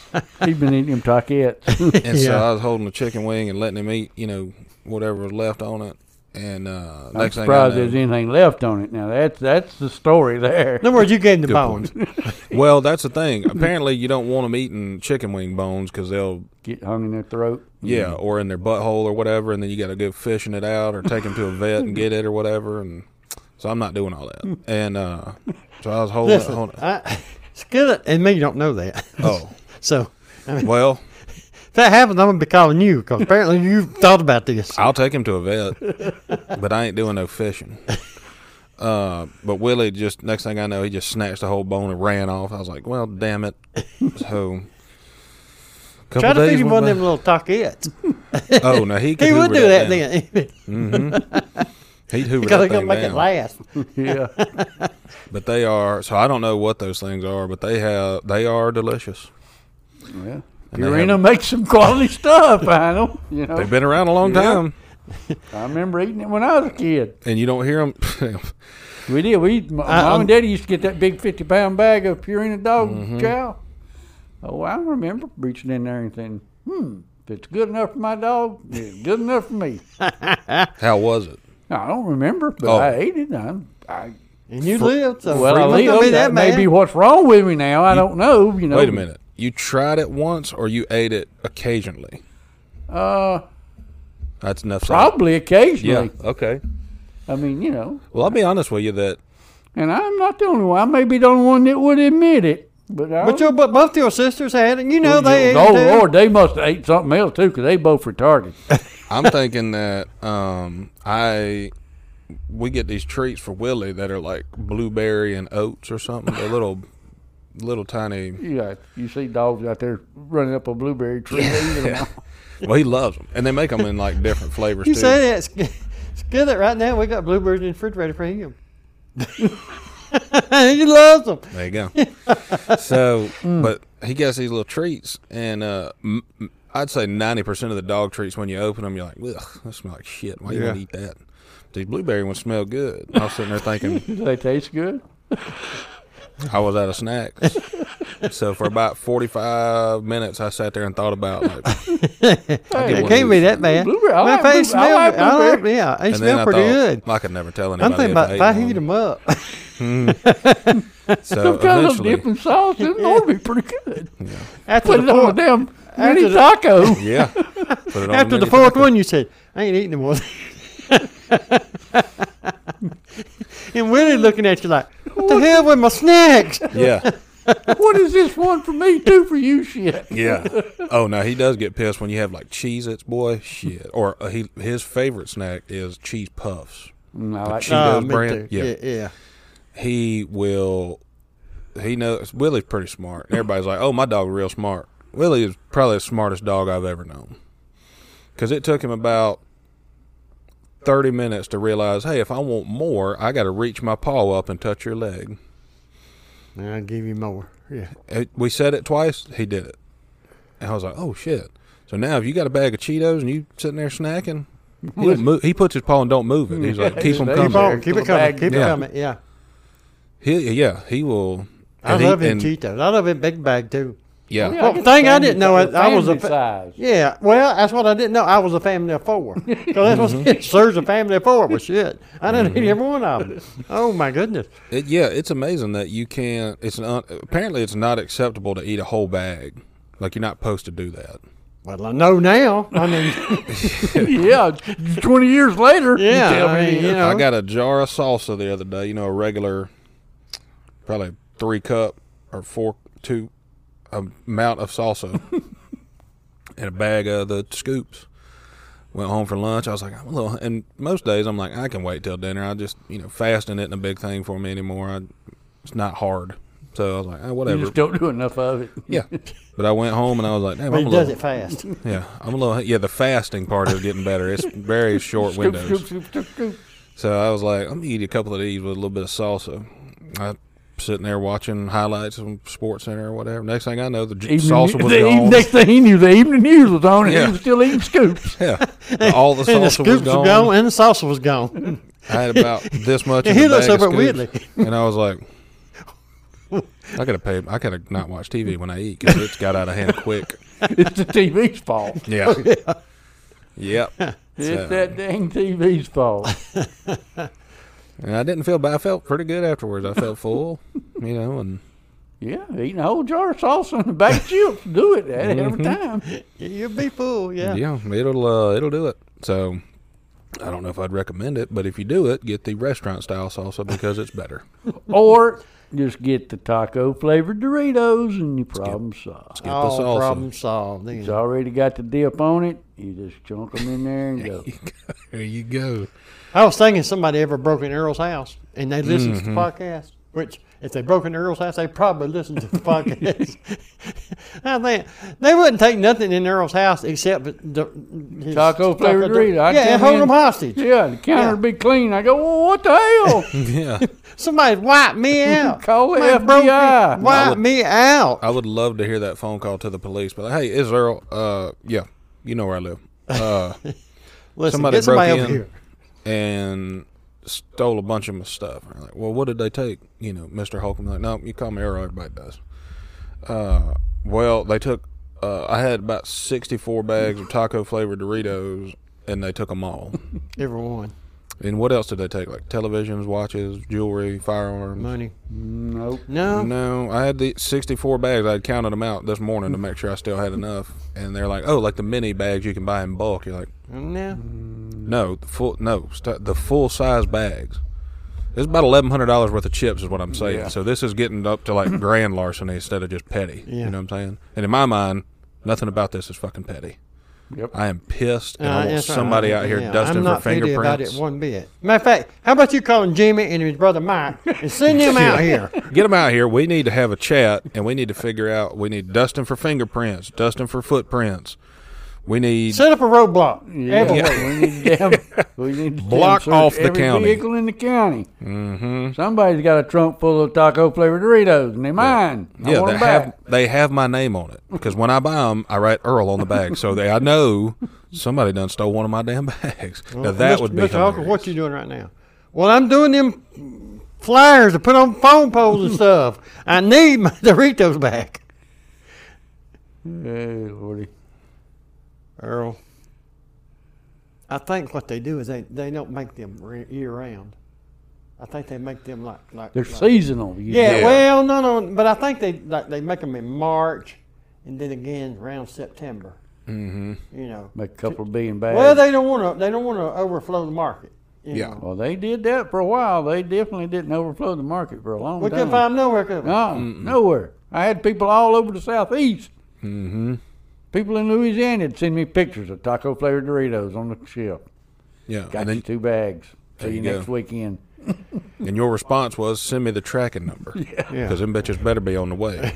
Speaker 3: He's been eating them taquettes.
Speaker 2: And so
Speaker 1: Yeah.
Speaker 2: I was holding the chicken wing and letting him eat, you know, whatever was left on it. And uh,
Speaker 3: I'm
Speaker 2: next thing I
Speaker 3: surprised
Speaker 2: know,
Speaker 3: there's anything left on it. Now that's that's the story there.
Speaker 1: In other words, you gave him the
Speaker 2: Good
Speaker 1: bones.
Speaker 2: point. Well, that's the thing. Apparently, you don't want them eating chicken wing bones because they'll,
Speaker 3: Get hung in their throat.
Speaker 2: yeah,
Speaker 1: Mm-hmm.
Speaker 2: or in their butthole or whatever, and then you got to go fishing it out or take them to a vet and get it or whatever. And so I'm not doing all that. And uh, so I was holding. it-
Speaker 1: Listen,
Speaker 2: holding it.
Speaker 1: I, skillet and me don't know that.
Speaker 2: Oh,
Speaker 1: So
Speaker 2: well,
Speaker 1: if that happens, I'm gonna be calling you because apparently you thought about this.
Speaker 2: I'll take him to a vet, but I ain't doing no fishing. Uh, but Willie just next thing I know, he just snatched the whole bone and ran off. I was like, well, damn it. So.
Speaker 1: Try
Speaker 2: couple
Speaker 1: to
Speaker 2: days
Speaker 1: feed him
Speaker 2: went
Speaker 1: one of
Speaker 2: by-
Speaker 1: them little taquettes.
Speaker 2: Oh no, he could
Speaker 1: He would
Speaker 2: hoover
Speaker 1: do that
Speaker 2: down.
Speaker 1: then
Speaker 2: He'd hoover
Speaker 1: because they're
Speaker 2: that
Speaker 1: gonna
Speaker 2: thing
Speaker 1: make it
Speaker 2: down.
Speaker 1: last.
Speaker 3: Yeah.
Speaker 2: But they are so I don't know what those things are, but they have they are delicious.
Speaker 3: yeah.
Speaker 2: they
Speaker 3: Purina
Speaker 2: have-
Speaker 3: makes some quality stuff. I know. You know.
Speaker 2: They've been around a long time.
Speaker 3: I remember eating it when I was a kid.
Speaker 2: and you don't hear them.
Speaker 3: We did. We my
Speaker 1: I-
Speaker 3: mom
Speaker 1: I'm-
Speaker 3: and daddy used to get that big fifty pound bag of Purina dog chow. Oh, I remember reaching in there and saying, "Hmm, if it's good enough for my dog, it's good enough for me."
Speaker 2: How was it?
Speaker 3: I don't remember, but
Speaker 2: Oh.
Speaker 3: I ate it. I, I
Speaker 1: And you lived, so
Speaker 3: well, I
Speaker 1: you must not
Speaker 3: lived.
Speaker 1: be
Speaker 3: That
Speaker 1: that
Speaker 3: may
Speaker 1: bad.
Speaker 3: be what's wrong with me now. I don't know. You know.
Speaker 2: Wait a minute. You tried it once, or you ate it occasionally.
Speaker 3: Uh,
Speaker 2: That's enough. said.
Speaker 3: probably
Speaker 2: Yeah.
Speaker 3: occasionally.
Speaker 2: Okay.
Speaker 3: I mean, you know.
Speaker 2: Well, I'll be honest with you that
Speaker 3: And I'm not the only one. I may be the only one that would admit it. But, I,
Speaker 1: But your, but both your sisters had it. You know they ate
Speaker 3: oh
Speaker 1: it, too.
Speaker 3: Lord, they must have ate something else too, 'cause they both retarded.
Speaker 2: I'm thinking that um, I we get these treats for Willie that are like blueberry and oats or something. They're little, little tiny.
Speaker 3: yeah, you see dogs out there running up a blueberry tree. Yeah.
Speaker 2: Well, he loves them, and they make them in like different flavors
Speaker 1: You
Speaker 2: too.
Speaker 1: say that. Sk- Skillet, right now, we got blueberries in the refrigerator for him. he loves them.
Speaker 2: There you go. so, but he gets these little treats, and uh, m- m- I'd say ninety percent of the dog treats when you open them, you're like, "Ugh, that smells like shit. Why you want to
Speaker 1: Yeah.
Speaker 2: eat that?" These blueberry ones smell good. I was sitting there thinking
Speaker 3: Do they taste good?
Speaker 2: I was out of snacks. So for about forty five minutes, I sat there and thought about like,
Speaker 3: Hey,
Speaker 1: It
Speaker 2: one
Speaker 1: can't
Speaker 2: of
Speaker 1: be
Speaker 2: these.
Speaker 1: that bad.
Speaker 3: Blueberry- I
Speaker 1: Matter
Speaker 3: like
Speaker 1: of fact,
Speaker 3: blue- I
Speaker 1: it smelled-
Speaker 3: like
Speaker 1: I like,
Speaker 3: blueberry.
Speaker 1: yeah, they
Speaker 2: and then
Speaker 1: smell
Speaker 2: I
Speaker 1: pretty
Speaker 2: thought,
Speaker 1: good.
Speaker 2: I could never tell anybody.
Speaker 1: I'm thinking about
Speaker 2: if I
Speaker 1: if I
Speaker 2: ate
Speaker 1: heat
Speaker 2: one.
Speaker 1: them up.
Speaker 2: So
Speaker 3: Some kind of
Speaker 2: eventually,
Speaker 3: different sauce. It would be pretty good.
Speaker 1: After
Speaker 3: Put it
Speaker 1: the,
Speaker 3: on a
Speaker 1: fourth,
Speaker 3: damn mini
Speaker 1: the-
Speaker 3: taco.
Speaker 2: yeah. Put it on
Speaker 1: after the
Speaker 2: mini
Speaker 1: fourth
Speaker 2: taco.
Speaker 1: one, you said, I ain't eating them one. and Willie looking at you like, what the hell with my snacks?
Speaker 2: yeah,
Speaker 3: what is this one for me, two for you shit?
Speaker 2: yeah. Oh no, he does get pissed when you have like Cheez-Its, boy, shit. Or uh, he his favorite snack is cheese puffs.
Speaker 3: Mm, I like
Speaker 2: cheese-
Speaker 3: that.
Speaker 1: Ah,
Speaker 2: Cheetos
Speaker 1: me
Speaker 2: brand.
Speaker 1: too.
Speaker 2: Yeah.
Speaker 1: Yeah, yeah.
Speaker 2: he will he knows Willie's pretty smart. Everybody's like, "Oh, my dog real smart." Willie is probably the smartest dog I've ever known. Cuz it took him about 30 minutes to realize, "Hey, if I want more, I got to reach my paw up and touch your leg."
Speaker 1: I'll give you more. Yeah.
Speaker 2: It- we said it twice, he did it. And I was like, "Oh shit." So now if you got a bag of Cheetos and you sitting there snacking, he, don't move, he puts his paw and don't move it. He's like, "Keep them
Speaker 3: Keep
Speaker 1: Keep
Speaker 2: coming."
Speaker 1: on.
Speaker 3: on,
Speaker 1: Keep
Speaker 3: to
Speaker 1: it
Speaker 3: the
Speaker 1: coming.
Speaker 3: bag.
Speaker 1: Keep it
Speaker 2: Yeah.
Speaker 1: coming. Yeah.
Speaker 2: He, yeah, he will
Speaker 1: I
Speaker 2: and he-
Speaker 1: love him
Speaker 2: and-
Speaker 1: Cheetos. I love him Big Bag, too.
Speaker 2: Yeah.
Speaker 3: Yeah,
Speaker 1: Well,
Speaker 3: get
Speaker 1: thing I
Speaker 3: family
Speaker 1: didn't know
Speaker 3: si-
Speaker 1: it- I was a
Speaker 3: family size.
Speaker 1: Yeah, well, that's what I didn't know. I was a family of four. Because that's what serves a family of four with shit. I didn't eat every one of them. Oh, my goodness.
Speaker 2: It, yeah, it's amazing that you can. It's an un, apparently it's not acceptable to eat a whole bag. Like you're not supposed to do that.
Speaker 1: Well, I know now. I mean,
Speaker 3: yeah, twenty years later. you
Speaker 1: Yeah,
Speaker 3: tell
Speaker 1: I
Speaker 3: me
Speaker 1: mean,
Speaker 3: this.
Speaker 1: you know.
Speaker 2: I got a jar of salsa the other day. You know, a regular, probably three cup or four two um, amount of salsa, and a bag of the scoops. Went home for lunch. I was like, I'm a little. And most days I'm like, I can wait till dinner. I just you know fasting isn't a big thing for me anymore. I, it's not hard. So I was like, "Ah,
Speaker 3: You
Speaker 2: whatever.
Speaker 3: just don't do enough of it.
Speaker 2: Yeah. But I went home and I was like, damn,
Speaker 1: but
Speaker 2: I'm
Speaker 1: he
Speaker 2: a
Speaker 1: does it
Speaker 2: little,
Speaker 1: fast.
Speaker 2: yeah, I'm a little, yeah, the fasting part is getting better. It's very short
Speaker 3: Scoop,
Speaker 2: windows.
Speaker 3: scoop, scoop, scoop, scoop.
Speaker 2: So I was like, I'm gonna eat a couple of these with a little bit of salsa. I sitting there watching highlights on Sports Center or whatever. Next thing I know, the j- salsa was
Speaker 3: the
Speaker 2: gone.
Speaker 3: evening- next thing he knew, the evening news was on, and
Speaker 2: Yeah.
Speaker 3: he was still eating scoops.
Speaker 2: yeah, all the
Speaker 1: And the
Speaker 2: salsa
Speaker 1: scoops
Speaker 2: was
Speaker 1: were gone.
Speaker 2: gone.
Speaker 1: and the salsa was gone.
Speaker 2: I had about this much.
Speaker 1: Yeah,
Speaker 2: in
Speaker 1: he
Speaker 2: a
Speaker 1: looks
Speaker 2: bag of
Speaker 1: over at
Speaker 2: scoops, and I was like, I gotta pay. I gotta not watch TV when I eat because it's got out of hand quick.
Speaker 3: It's the TV's fault.
Speaker 2: Yeah. Yep. So-
Speaker 3: It's that dang TV's fault.
Speaker 2: And I didn't feel bad. I felt pretty good afterwards. I felt full, you know, and
Speaker 3: Yeah, eating a whole jar of salsa and a bag of chips. Do it that every time.
Speaker 1: You'll be full, yeah.
Speaker 2: yeah, it'll uh, it'll do it. So I don't know if I'd recommend it, but if you do it, get the restaurant style salsa because it's better.
Speaker 3: Or just get the taco flavored Doritos and you problem solved.
Speaker 2: Get the
Speaker 1: All
Speaker 2: salsa.
Speaker 1: Oh, problem solved. then.
Speaker 3: It's already got the dip on it. You just chunk them in there and go.
Speaker 2: There you go.
Speaker 1: I was thinking somebody ever broke in Earl's house and they listened to
Speaker 2: Mm-hmm.
Speaker 1: the podcast, which if they broke into Earl's house, they probably listened to the podcast. I think they wouldn't take nothing in Earl's house except the, his
Speaker 3: Taco flavored
Speaker 1: taco-
Speaker 3: Dorito. I'd
Speaker 1: Yeah, and
Speaker 3: come
Speaker 1: hold
Speaker 3: in-
Speaker 1: them hostage.
Speaker 3: Yeah, the counter
Speaker 1: Yeah.
Speaker 3: would be clean. I go, well, what the hell?
Speaker 2: Yeah,
Speaker 1: Somebody wipe me out.
Speaker 3: Call the
Speaker 1: Somebody broke
Speaker 3: FBI.
Speaker 1: me- Wipe me out.
Speaker 2: I would love to hear that phone call to the police. But hey, is Earl? Uh, yeah, you know where I live. Uh,
Speaker 1: Listen,
Speaker 2: Somebody
Speaker 1: get somebody over
Speaker 2: broke in.
Speaker 1: here.
Speaker 2: and stole a bunch of my stuff. And I'm like, well, what did they take? You know, Mr. Holcomb. Like, no, you call me Arrow, everybody does. Uh, well, they took. Uh, I had about sixty-four bags of taco flavored Doritos, and they took them all.
Speaker 1: Everyone,
Speaker 2: and what else did they take? Like televisions, watches, jewelry, firearms.
Speaker 1: money.
Speaker 3: Nope.
Speaker 1: No,
Speaker 2: No, I had the 64 bags. I had counted them out this morning to make sure I still had enough. And they're like, "Oh, like the mini bags you can buy in bulk." You're like,
Speaker 1: no.
Speaker 2: "No, the full no, st- the full size bags." It's about eleven hundred dollars worth of chips, is what I'm saying.
Speaker 3: Yeah.
Speaker 2: So this is getting up to like grand larceny instead of just petty.
Speaker 1: Yeah.
Speaker 2: You know what I'm saying? And in my mind, nothing about this is fucking petty.
Speaker 3: Yep.
Speaker 2: I am pissed, and
Speaker 1: Uh,
Speaker 2: I want
Speaker 1: that's right.
Speaker 2: somebody out here
Speaker 1: Yeah,
Speaker 2: dusting
Speaker 1: I'm
Speaker 2: for
Speaker 1: not pity
Speaker 2: fingerprints.
Speaker 1: about it one bit. Matter of fact, how about you calling Jimmy and his brother Mike and send them out here?
Speaker 2: Get them out here. We need to have a chat, and we need to figure out. We need Dustin for fingerprints, Dustin for footprints. We need
Speaker 1: Set up a roadblock everywhere.
Speaker 3: we need to damn, we need to damn
Speaker 2: Block
Speaker 3: search
Speaker 2: off the
Speaker 3: every
Speaker 2: county.
Speaker 3: vehicle in the county. Mm-hmm. Somebody's got a trunk full of taco flavored Doritos, and they mine. I
Speaker 2: yeah,
Speaker 3: want
Speaker 2: they
Speaker 3: 'em
Speaker 2: have
Speaker 3: back.
Speaker 2: they have my name on it because when I buy them, I write Earl on the bag, so they I know somebody done stole one of my damn bags. now that
Speaker 1: Mr.
Speaker 2: would be
Speaker 1: Mr. Hawker,
Speaker 2: hilarious.
Speaker 1: what you doing right now? Well, I'm doing them flyers to put on phone poles and stuff. I need my Doritos back.
Speaker 3: Hey, Lordy.
Speaker 1: Earl, I think what they do is they, they don't make them re- year round. I think they make them like like
Speaker 3: They're
Speaker 1: like-
Speaker 3: seasonal. You
Speaker 1: Yeah,
Speaker 2: Yeah.
Speaker 1: well, no, no, but I think they like they make them in March, and then again around September. Mm-hmm. You know,
Speaker 3: Make a couple of bean bags.
Speaker 1: well, they don't want to they don't want to overflow the market. you
Speaker 2: Yeah.
Speaker 1: know.
Speaker 3: Well, they did that for a while. They definitely didn't overflow the market for a long
Speaker 1: we
Speaker 3: time.
Speaker 1: couldn't find them nowhere. Could we?
Speaker 3: no, nowhere. I had people all over the southeast. Mm-hmm. People in Louisiana had send me pictures of taco flavored Doritos on the shelf.
Speaker 2: yeah,
Speaker 3: Got
Speaker 2: and,
Speaker 3: you
Speaker 2: then,
Speaker 3: two bags.
Speaker 2: There
Speaker 3: See you
Speaker 2: you go.
Speaker 3: next weekend.
Speaker 2: and your response was send me the tracking number because
Speaker 1: Yeah.
Speaker 2: them bitches better be on the way.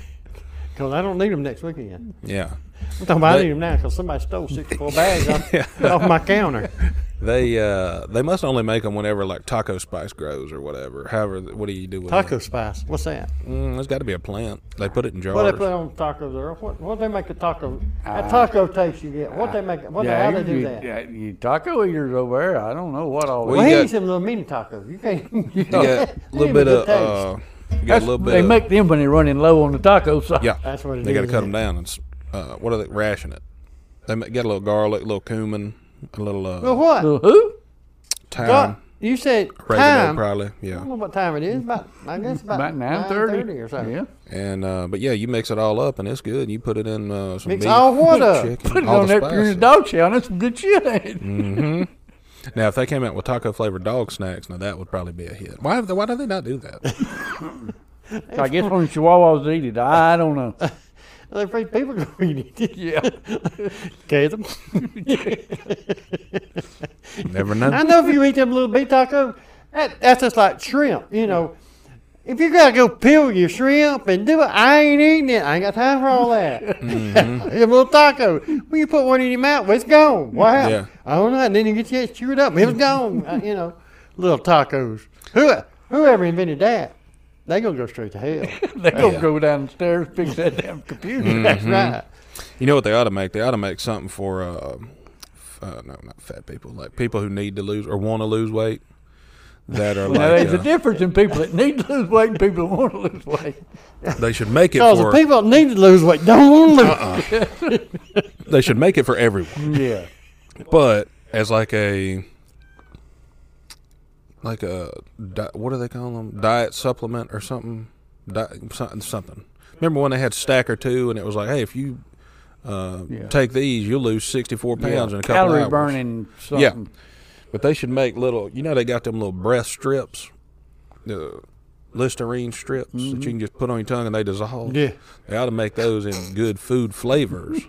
Speaker 1: because I don't need them next weekend.
Speaker 2: Yeah,
Speaker 1: I'm talking about I
Speaker 2: They-
Speaker 1: need them now because somebody stole sixty four bags off, off my counter.
Speaker 2: they uh they must only make them whenever like taco spice grows or whatever. However, what do you do with
Speaker 1: Taco
Speaker 2: Them?
Speaker 1: spice, what's that?
Speaker 2: Mm, there's got to be a plant. They put it in jars.
Speaker 1: What they put on tacos there? What what they make a taco? That taco taste you get. What they make? What the how they do
Speaker 3: you,
Speaker 1: that?
Speaker 3: Ah. yeah, you taco eaters over there. I don't know what all.
Speaker 2: Well,
Speaker 1: Well,
Speaker 2: you
Speaker 1: he
Speaker 2: got-
Speaker 1: eats them little mini tacos. You can't.
Speaker 3: you
Speaker 2: You
Speaker 3: know,
Speaker 2: got a little
Speaker 1: Give
Speaker 2: bit
Speaker 1: me
Speaker 2: of
Speaker 1: the
Speaker 2: uh, you got a little bit.
Speaker 3: they
Speaker 2: of,
Speaker 3: make them when they're running low on the taco sauce.
Speaker 2: yeah.
Speaker 1: That's what it
Speaker 2: they got to
Speaker 1: is,
Speaker 2: cut
Speaker 1: isn't
Speaker 2: them down and s- uh, what are they ration it? They ma- got a little garlic, a little cumin, a little uh,
Speaker 1: Well, what?
Speaker 3: Little um, who?
Speaker 2: thyme,
Speaker 1: God, you said
Speaker 2: oregano
Speaker 1: time.
Speaker 2: probably,
Speaker 1: I
Speaker 2: yeah.
Speaker 1: don't know what time it is. About I guess about,
Speaker 3: About nine
Speaker 1: 9:30
Speaker 3: thirty
Speaker 1: or something.
Speaker 3: Yeah.
Speaker 2: And uh, but yeah, you mix it all up and it's good. You put it in uh, some
Speaker 1: Mix
Speaker 2: beef,
Speaker 1: all what up?
Speaker 2: chicken,
Speaker 3: Put it
Speaker 2: all
Speaker 3: on
Speaker 2: the
Speaker 3: that pure
Speaker 2: spices. Mm.
Speaker 3: dog shell. and That's some good shit. ain't it?
Speaker 2: Now if they came out with taco flavored dog snacks, now that would probably be a hit. Why? have they- Why do they not do that?
Speaker 3: I guess when Chihuahuas eat it, I don't know.
Speaker 1: They're afraid people go eat it.
Speaker 3: Yeah.
Speaker 1: Okay, them.
Speaker 2: Never know.
Speaker 1: I know if you eat them little bee taco, that, that's just like shrimp. You know, if you gotta go peel your shrimp and do it, I ain't eating it. I ain't got time for all that. a little taco. When you put one in your mouth, well, it's gone. What happened?
Speaker 2: Yeah.
Speaker 1: I don't know. And then you get you chewed up. It was gone. Uh, you know, little tacos. Who whoever invented that, they gonna go straight to hell.
Speaker 3: They gonna
Speaker 2: Yeah. Mm.
Speaker 3: go down the stairs, fix that damn computer.
Speaker 1: That's right.
Speaker 2: You know what they ought to make? They ought to make something for uh, f- uh, no, not fat people, like people who need to lose or want to lose weight. That are
Speaker 3: Now,
Speaker 2: like
Speaker 3: there's
Speaker 2: uh,
Speaker 3: a difference in people that need to lose weight and people that want to lose weight.
Speaker 2: they should make it
Speaker 1: Because the
Speaker 2: for
Speaker 1: people that need to lose weight don't want to lose.
Speaker 2: they should make it for everyone.
Speaker 3: Yeah.
Speaker 2: But as like a like a di- what do they call them? Diet supplement or something? Di- something something. Remember when they had stack or two and it was like, hey, if you uh,
Speaker 3: Yeah.
Speaker 2: take these, you'll lose sixty four pounds in a couple
Speaker 3: Calorie
Speaker 2: hours.
Speaker 3: burning
Speaker 2: Yeah,
Speaker 3: something.
Speaker 2: but they should make little. You know, they got them little breath strips, the Listerine strips that
Speaker 3: Mm-hmm.
Speaker 2: you can just put on your tongue and they dissolve.
Speaker 1: Yeah.
Speaker 2: They ought to make those in good food flavors.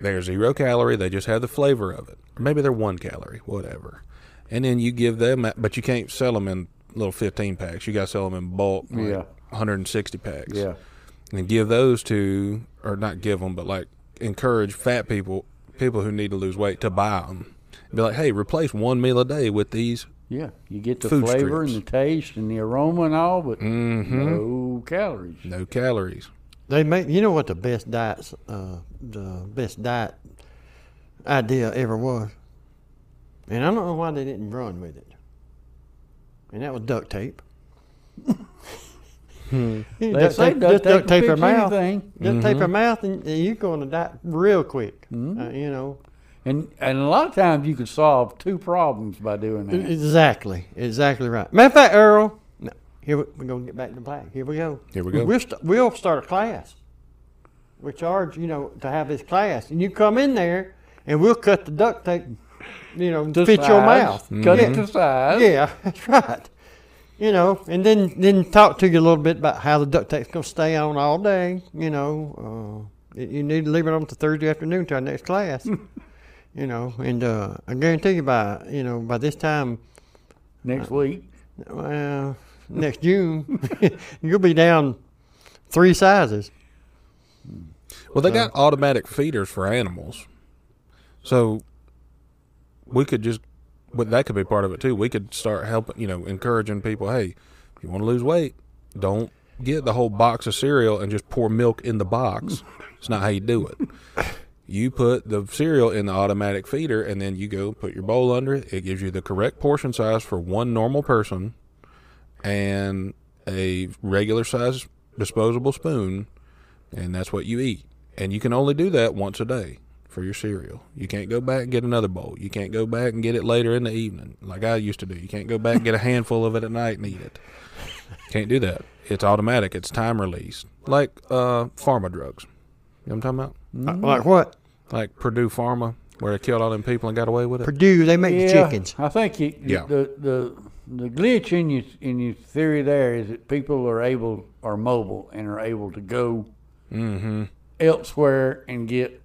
Speaker 2: they're zero calorie. They just have the flavor of it. Or maybe they're one calorie, whatever. And then you give them, that- but you can't sell them in little 15 packs. You got to sell them in bulk, like
Speaker 3: Yeah.
Speaker 2: 160 packs.
Speaker 3: Yeah.
Speaker 2: And give those to, or not give them, but like encourage fat people, people who need to lose weight, to buy them. Be like, hey, replace one meal a day with these.
Speaker 3: Yeah. You get the
Speaker 2: Food
Speaker 3: flavor
Speaker 2: strips. Mm-hmm.
Speaker 3: and the taste and the aroma and all, but no calories.
Speaker 2: mm, No calories.
Speaker 1: They make you know what the best diets, uh, the best diet idea ever was. And I don't know why they didn't run with it. And that was duct tape. You
Speaker 3: Hmm. They say duct tape can fix
Speaker 1: mouth.
Speaker 3: anything. Mm-hmm.
Speaker 1: Duct tape her mouth, and and you're going to die real quick. Uh, you know,
Speaker 3: And and a lot of times you can solve two problems by doing that.
Speaker 1: exactly, exactly right. Matter of fact, Earl, no, here we, we're going to get back to black. Here we go.
Speaker 2: Here we go.
Speaker 1: We'll, st- we'll start a class. We charge, you know, to have this class, and you come in there, and we'll cut the duct tape, you know,
Speaker 3: To
Speaker 1: fit your mouth.
Speaker 3: size, Cut
Speaker 1: yeah.
Speaker 2: Mm-hmm.
Speaker 3: it to size.
Speaker 1: Yeah, that's right. You know, and then then talk to you a little bit about how the duct tape's gonna stay on all day. You know, uh, you- you need to leave it on to Thursday afternoon to our next class. you know, and uh, I guarantee you by you know by this time, Uh,
Speaker 3: Next week.
Speaker 1: well, next June, you'll be down three sizes.
Speaker 2: Well, they got automatic feeders for animals, so we could just, but that could be part of it too. We could start helping, you know, encouraging people. Hey, if you want to lose weight, don't get the whole box of cereal and just pour milk in the box. It's not how you do it. You put the cereal in the automatic feeder, and then you go put your bowl under it. It gives you the correct portion size for one normal person, and a regular size disposable spoon and that's what you eat. And you can only do that once a day for your cereal. You can't go back and get another bowl. You can't go back and get it later in the evening, like I used to do. You can't go back and get a handful of it at night and eat it. Can't do that. It's automatic. It's time released, like uh, pharma drugs. You know what I'm talking about?
Speaker 1: Like what?
Speaker 2: Like Purdue Pharma, where they killed all them people and got away with it.
Speaker 1: Purdue, they make the chickens.
Speaker 3: I think you,
Speaker 2: Yeah.
Speaker 3: the, the the glitch in your in your theory there is that people are able are mobile and are able to go elsewhere and get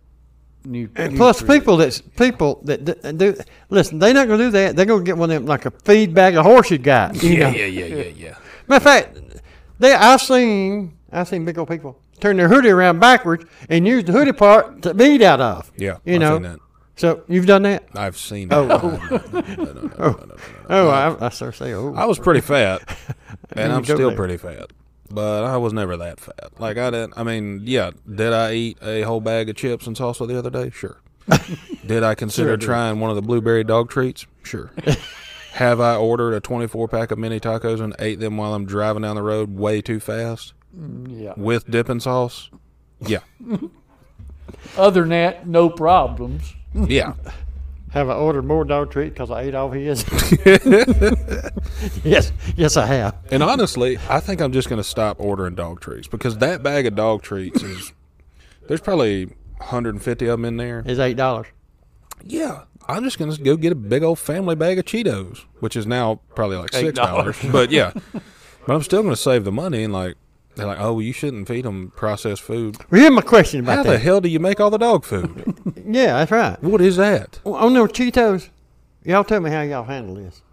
Speaker 3: new.
Speaker 1: Mm-hmm. And plus,
Speaker 3: nutrients.
Speaker 1: people that's people that d- do listen, they're not gonna do that. They're gonna get one of them like a feed bag of horse you got. you know?
Speaker 2: yeah, yeah, yeah, yeah.
Speaker 1: Matter of fact, they I've seen I've seen big old people turn their hoodie around backwards and use the hoodie part to beat out of.
Speaker 2: Yeah,
Speaker 1: you
Speaker 2: I've
Speaker 1: know.
Speaker 2: seen that.
Speaker 1: So you've done that?
Speaker 2: I've seen it. Oh.
Speaker 1: Oh, I, I sure say. Oh,
Speaker 2: I was pretty fat, and
Speaker 1: You
Speaker 2: I'm
Speaker 1: go
Speaker 2: still
Speaker 1: there.
Speaker 2: pretty fat. But I was never that fat. Like I didn't. I mean, yeah. Did I eat a whole bag of chips and salsa the other day? Sure. did I consider trying one of the blueberry dog treats? Sure. Have I ordered a 24 pack of mini tacos and ate them while I'm driving down the road way too fast
Speaker 3: yeah.
Speaker 2: with dipping sauce? Yeah,
Speaker 3: Other than that, no problems.
Speaker 2: yeah.
Speaker 1: have I ordered more dog treat because I ate all his? yes, yes, I have.
Speaker 2: And honestly, I think I'm just going to stop ordering dog treats because that bag of dog treats is there's probably 150 of them in there.
Speaker 1: It's eight dollars.
Speaker 2: Yeah, I'm just gonna go get a big old family bag of Cheetos, which is now probably like
Speaker 3: Eight
Speaker 2: six dollars. but yeah, but I'm still gonna save the money and like they're like, oh, you shouldn't feed them processed food.
Speaker 1: Well, here's my question
Speaker 2: How
Speaker 1: about
Speaker 2: the
Speaker 1: that.
Speaker 2: hell do you make all the dog food?
Speaker 1: Yeah, that's right.
Speaker 2: what is that?
Speaker 1: Well, on those Cheetos, y'all tell me how y'all handle this.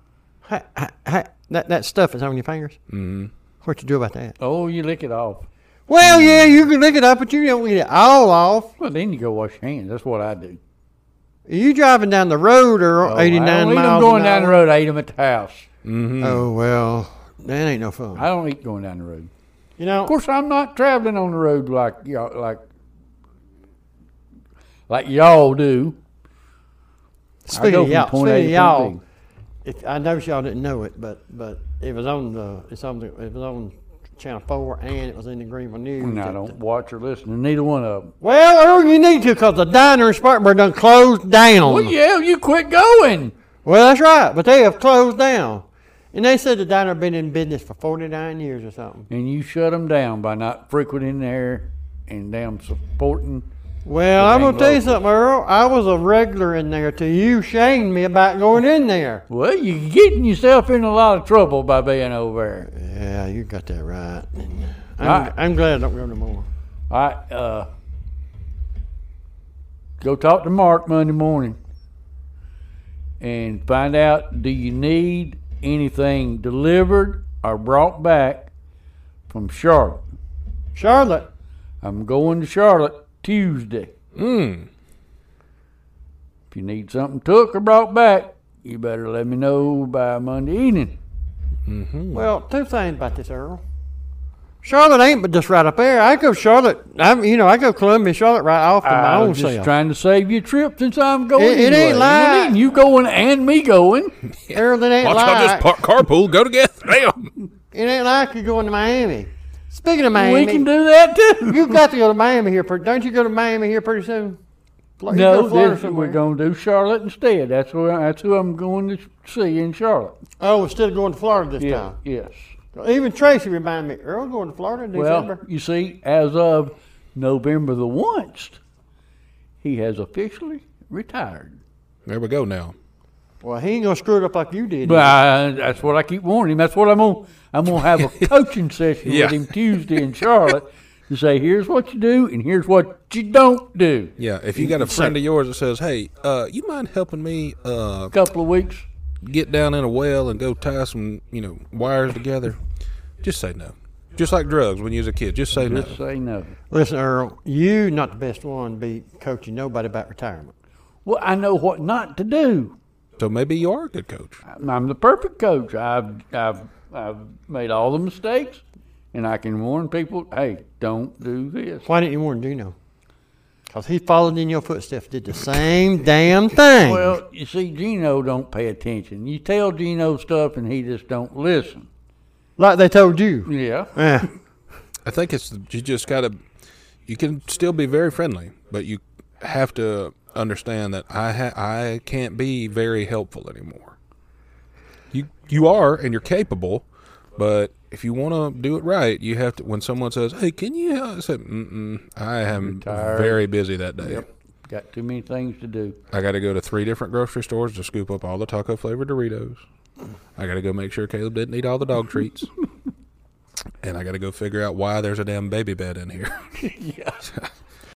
Speaker 1: How, how, how, that that stuff is on your fingers. Mm-hmm. What you do about that?
Speaker 3: Oh, you lick it off.
Speaker 1: Well, yeah, you can lick it up, but you don't get it all off.
Speaker 3: Well, then you go wash your hands. That's what I do.
Speaker 1: You driving down the road or
Speaker 3: Oh, I
Speaker 1: 89
Speaker 3: don't eat 'em
Speaker 1: miles
Speaker 3: going
Speaker 1: an
Speaker 3: down the
Speaker 1: hour?
Speaker 3: road. I eat them at the house.
Speaker 1: Oh well, that ain't no fun.
Speaker 3: I don't eat going down the road.
Speaker 1: you know,
Speaker 3: Of course, I'm not traveling on the road like y'all like like y'all do. I
Speaker 1: speaking
Speaker 3: go
Speaker 1: of
Speaker 3: from
Speaker 1: y'all,
Speaker 3: point A
Speaker 1: speaking of
Speaker 3: to
Speaker 1: y'all,
Speaker 3: point
Speaker 1: if, I know y'all didn't know it, but but it was on the it's on the it was on Channel Four and it was in the Greenville News.
Speaker 3: B. And I don't watch or listen to neither one of them.
Speaker 1: Well, Earl, you need to because the diner in Spartanburg done closed down.
Speaker 3: Well, yeah, you quit going.
Speaker 1: Well, that's right, but they have closed down, and they said the diner been in business for forty nine years or something.
Speaker 3: And you shut them down by not frequenting there and damn supporting.
Speaker 1: Well, I'm
Speaker 3: dang
Speaker 1: gonna tell you
Speaker 3: locals.
Speaker 1: something, Earl. I was a regular in there till you shamed me about going in there.
Speaker 3: Well, you're getting yourself in a lot of trouble by being over there.
Speaker 1: Yeah, you got that right. And I'm,
Speaker 3: Right.
Speaker 1: I'm glad I don't go no more.
Speaker 3: I uh, go talk to Mark Monday morning and find out do you need anything delivered or brought back from Charlotte.
Speaker 1: Charlotte,
Speaker 3: I'm going to Charlotte Tuesday.
Speaker 2: Mm.
Speaker 3: If you need something took or brought back, you better let me know by Monday evening.
Speaker 1: Hmm. well, two things about this, Earl. Charlotte ain't but just right up there. I go Charlotte. I'm you know I go Columbia, Charlotte right off to my
Speaker 3: I'm
Speaker 1: own
Speaker 3: just
Speaker 1: self.
Speaker 3: trying to save your trip since I'm going.
Speaker 1: It- it ain't
Speaker 3: anyway. Well,
Speaker 1: lying.
Speaker 3: then you going and me going.
Speaker 1: Harold, it ain't
Speaker 2: Watch y'all
Speaker 1: like
Speaker 2: just park, carpool, go together. Damn.
Speaker 1: it ain't like you're going to Miami. Speaking of Miami,
Speaker 3: We can do that too.
Speaker 1: you've got to go to Miami here. Pretty, don't you go to Miami here pretty soon? Flo- you go
Speaker 3: No,
Speaker 1: to Florida
Speaker 3: this,
Speaker 1: somewhere.
Speaker 3: we're going to do Charlotte instead. That's where that's who I'm going to see in Charlotte.
Speaker 1: Oh, instead of going to Florida this
Speaker 3: Yeah, yes.
Speaker 1: time. Even Tracy reminded me, Earl going to Florida in
Speaker 3: Well,
Speaker 1: December.
Speaker 3: you see, as of November the once, he has officially retired.
Speaker 2: There we go now.
Speaker 1: Well, he ain't gonna screw it up like you did.
Speaker 3: But I, that's what I keep warning him. That's what I'm on. I'm gonna have a coaching session
Speaker 2: Yeah.
Speaker 3: with him Tuesday in Charlotte to say, here's what you do and here's what you don't do.
Speaker 2: Yeah, if you got a friend of yours that says, "Hey, uh, you mind helping me uh,
Speaker 3: A couple of weeks.
Speaker 2: get down in a well and go tie some, you know, wires together," just say no. Just like drugs when you was a kid, just say no.
Speaker 3: Just say no.
Speaker 1: Listen, Earl, you not the best one to be coaching nobody about retirement.
Speaker 3: Well, I know what not to do.
Speaker 2: So maybe you are a good coach.
Speaker 3: I'm the perfect coach. I've I've I've made all the mistakes, and I can warn people, hey, don't do this.
Speaker 1: Why didn't you warn Gino? Because he followed in your footsteps, did the same damn thing.
Speaker 3: Well, you see, Gino don't pay attention. You tell Gino stuff, and he just don't listen.
Speaker 1: like they told you.
Speaker 3: Yeah.
Speaker 1: Yeah.
Speaker 2: I think it's you just gotta. You can still be very friendly, but you have to understand that I ha- I can't be very helpful anymore. You you are and you're capable, but if you want to do it right, you have to. When someone says, "Hey, can you?" help?" I say, Mm-mm, "I am
Speaker 3: Retired.
Speaker 2: very busy that day.
Speaker 3: Got too many things to do.
Speaker 2: I got to go to three different grocery stores to scoop up all the taco flavored Doritos. I got to go make sure Caleb didn't eat all the dog treats." And I got to go figure out why there's a damn baby bed in here.
Speaker 3: Yeah.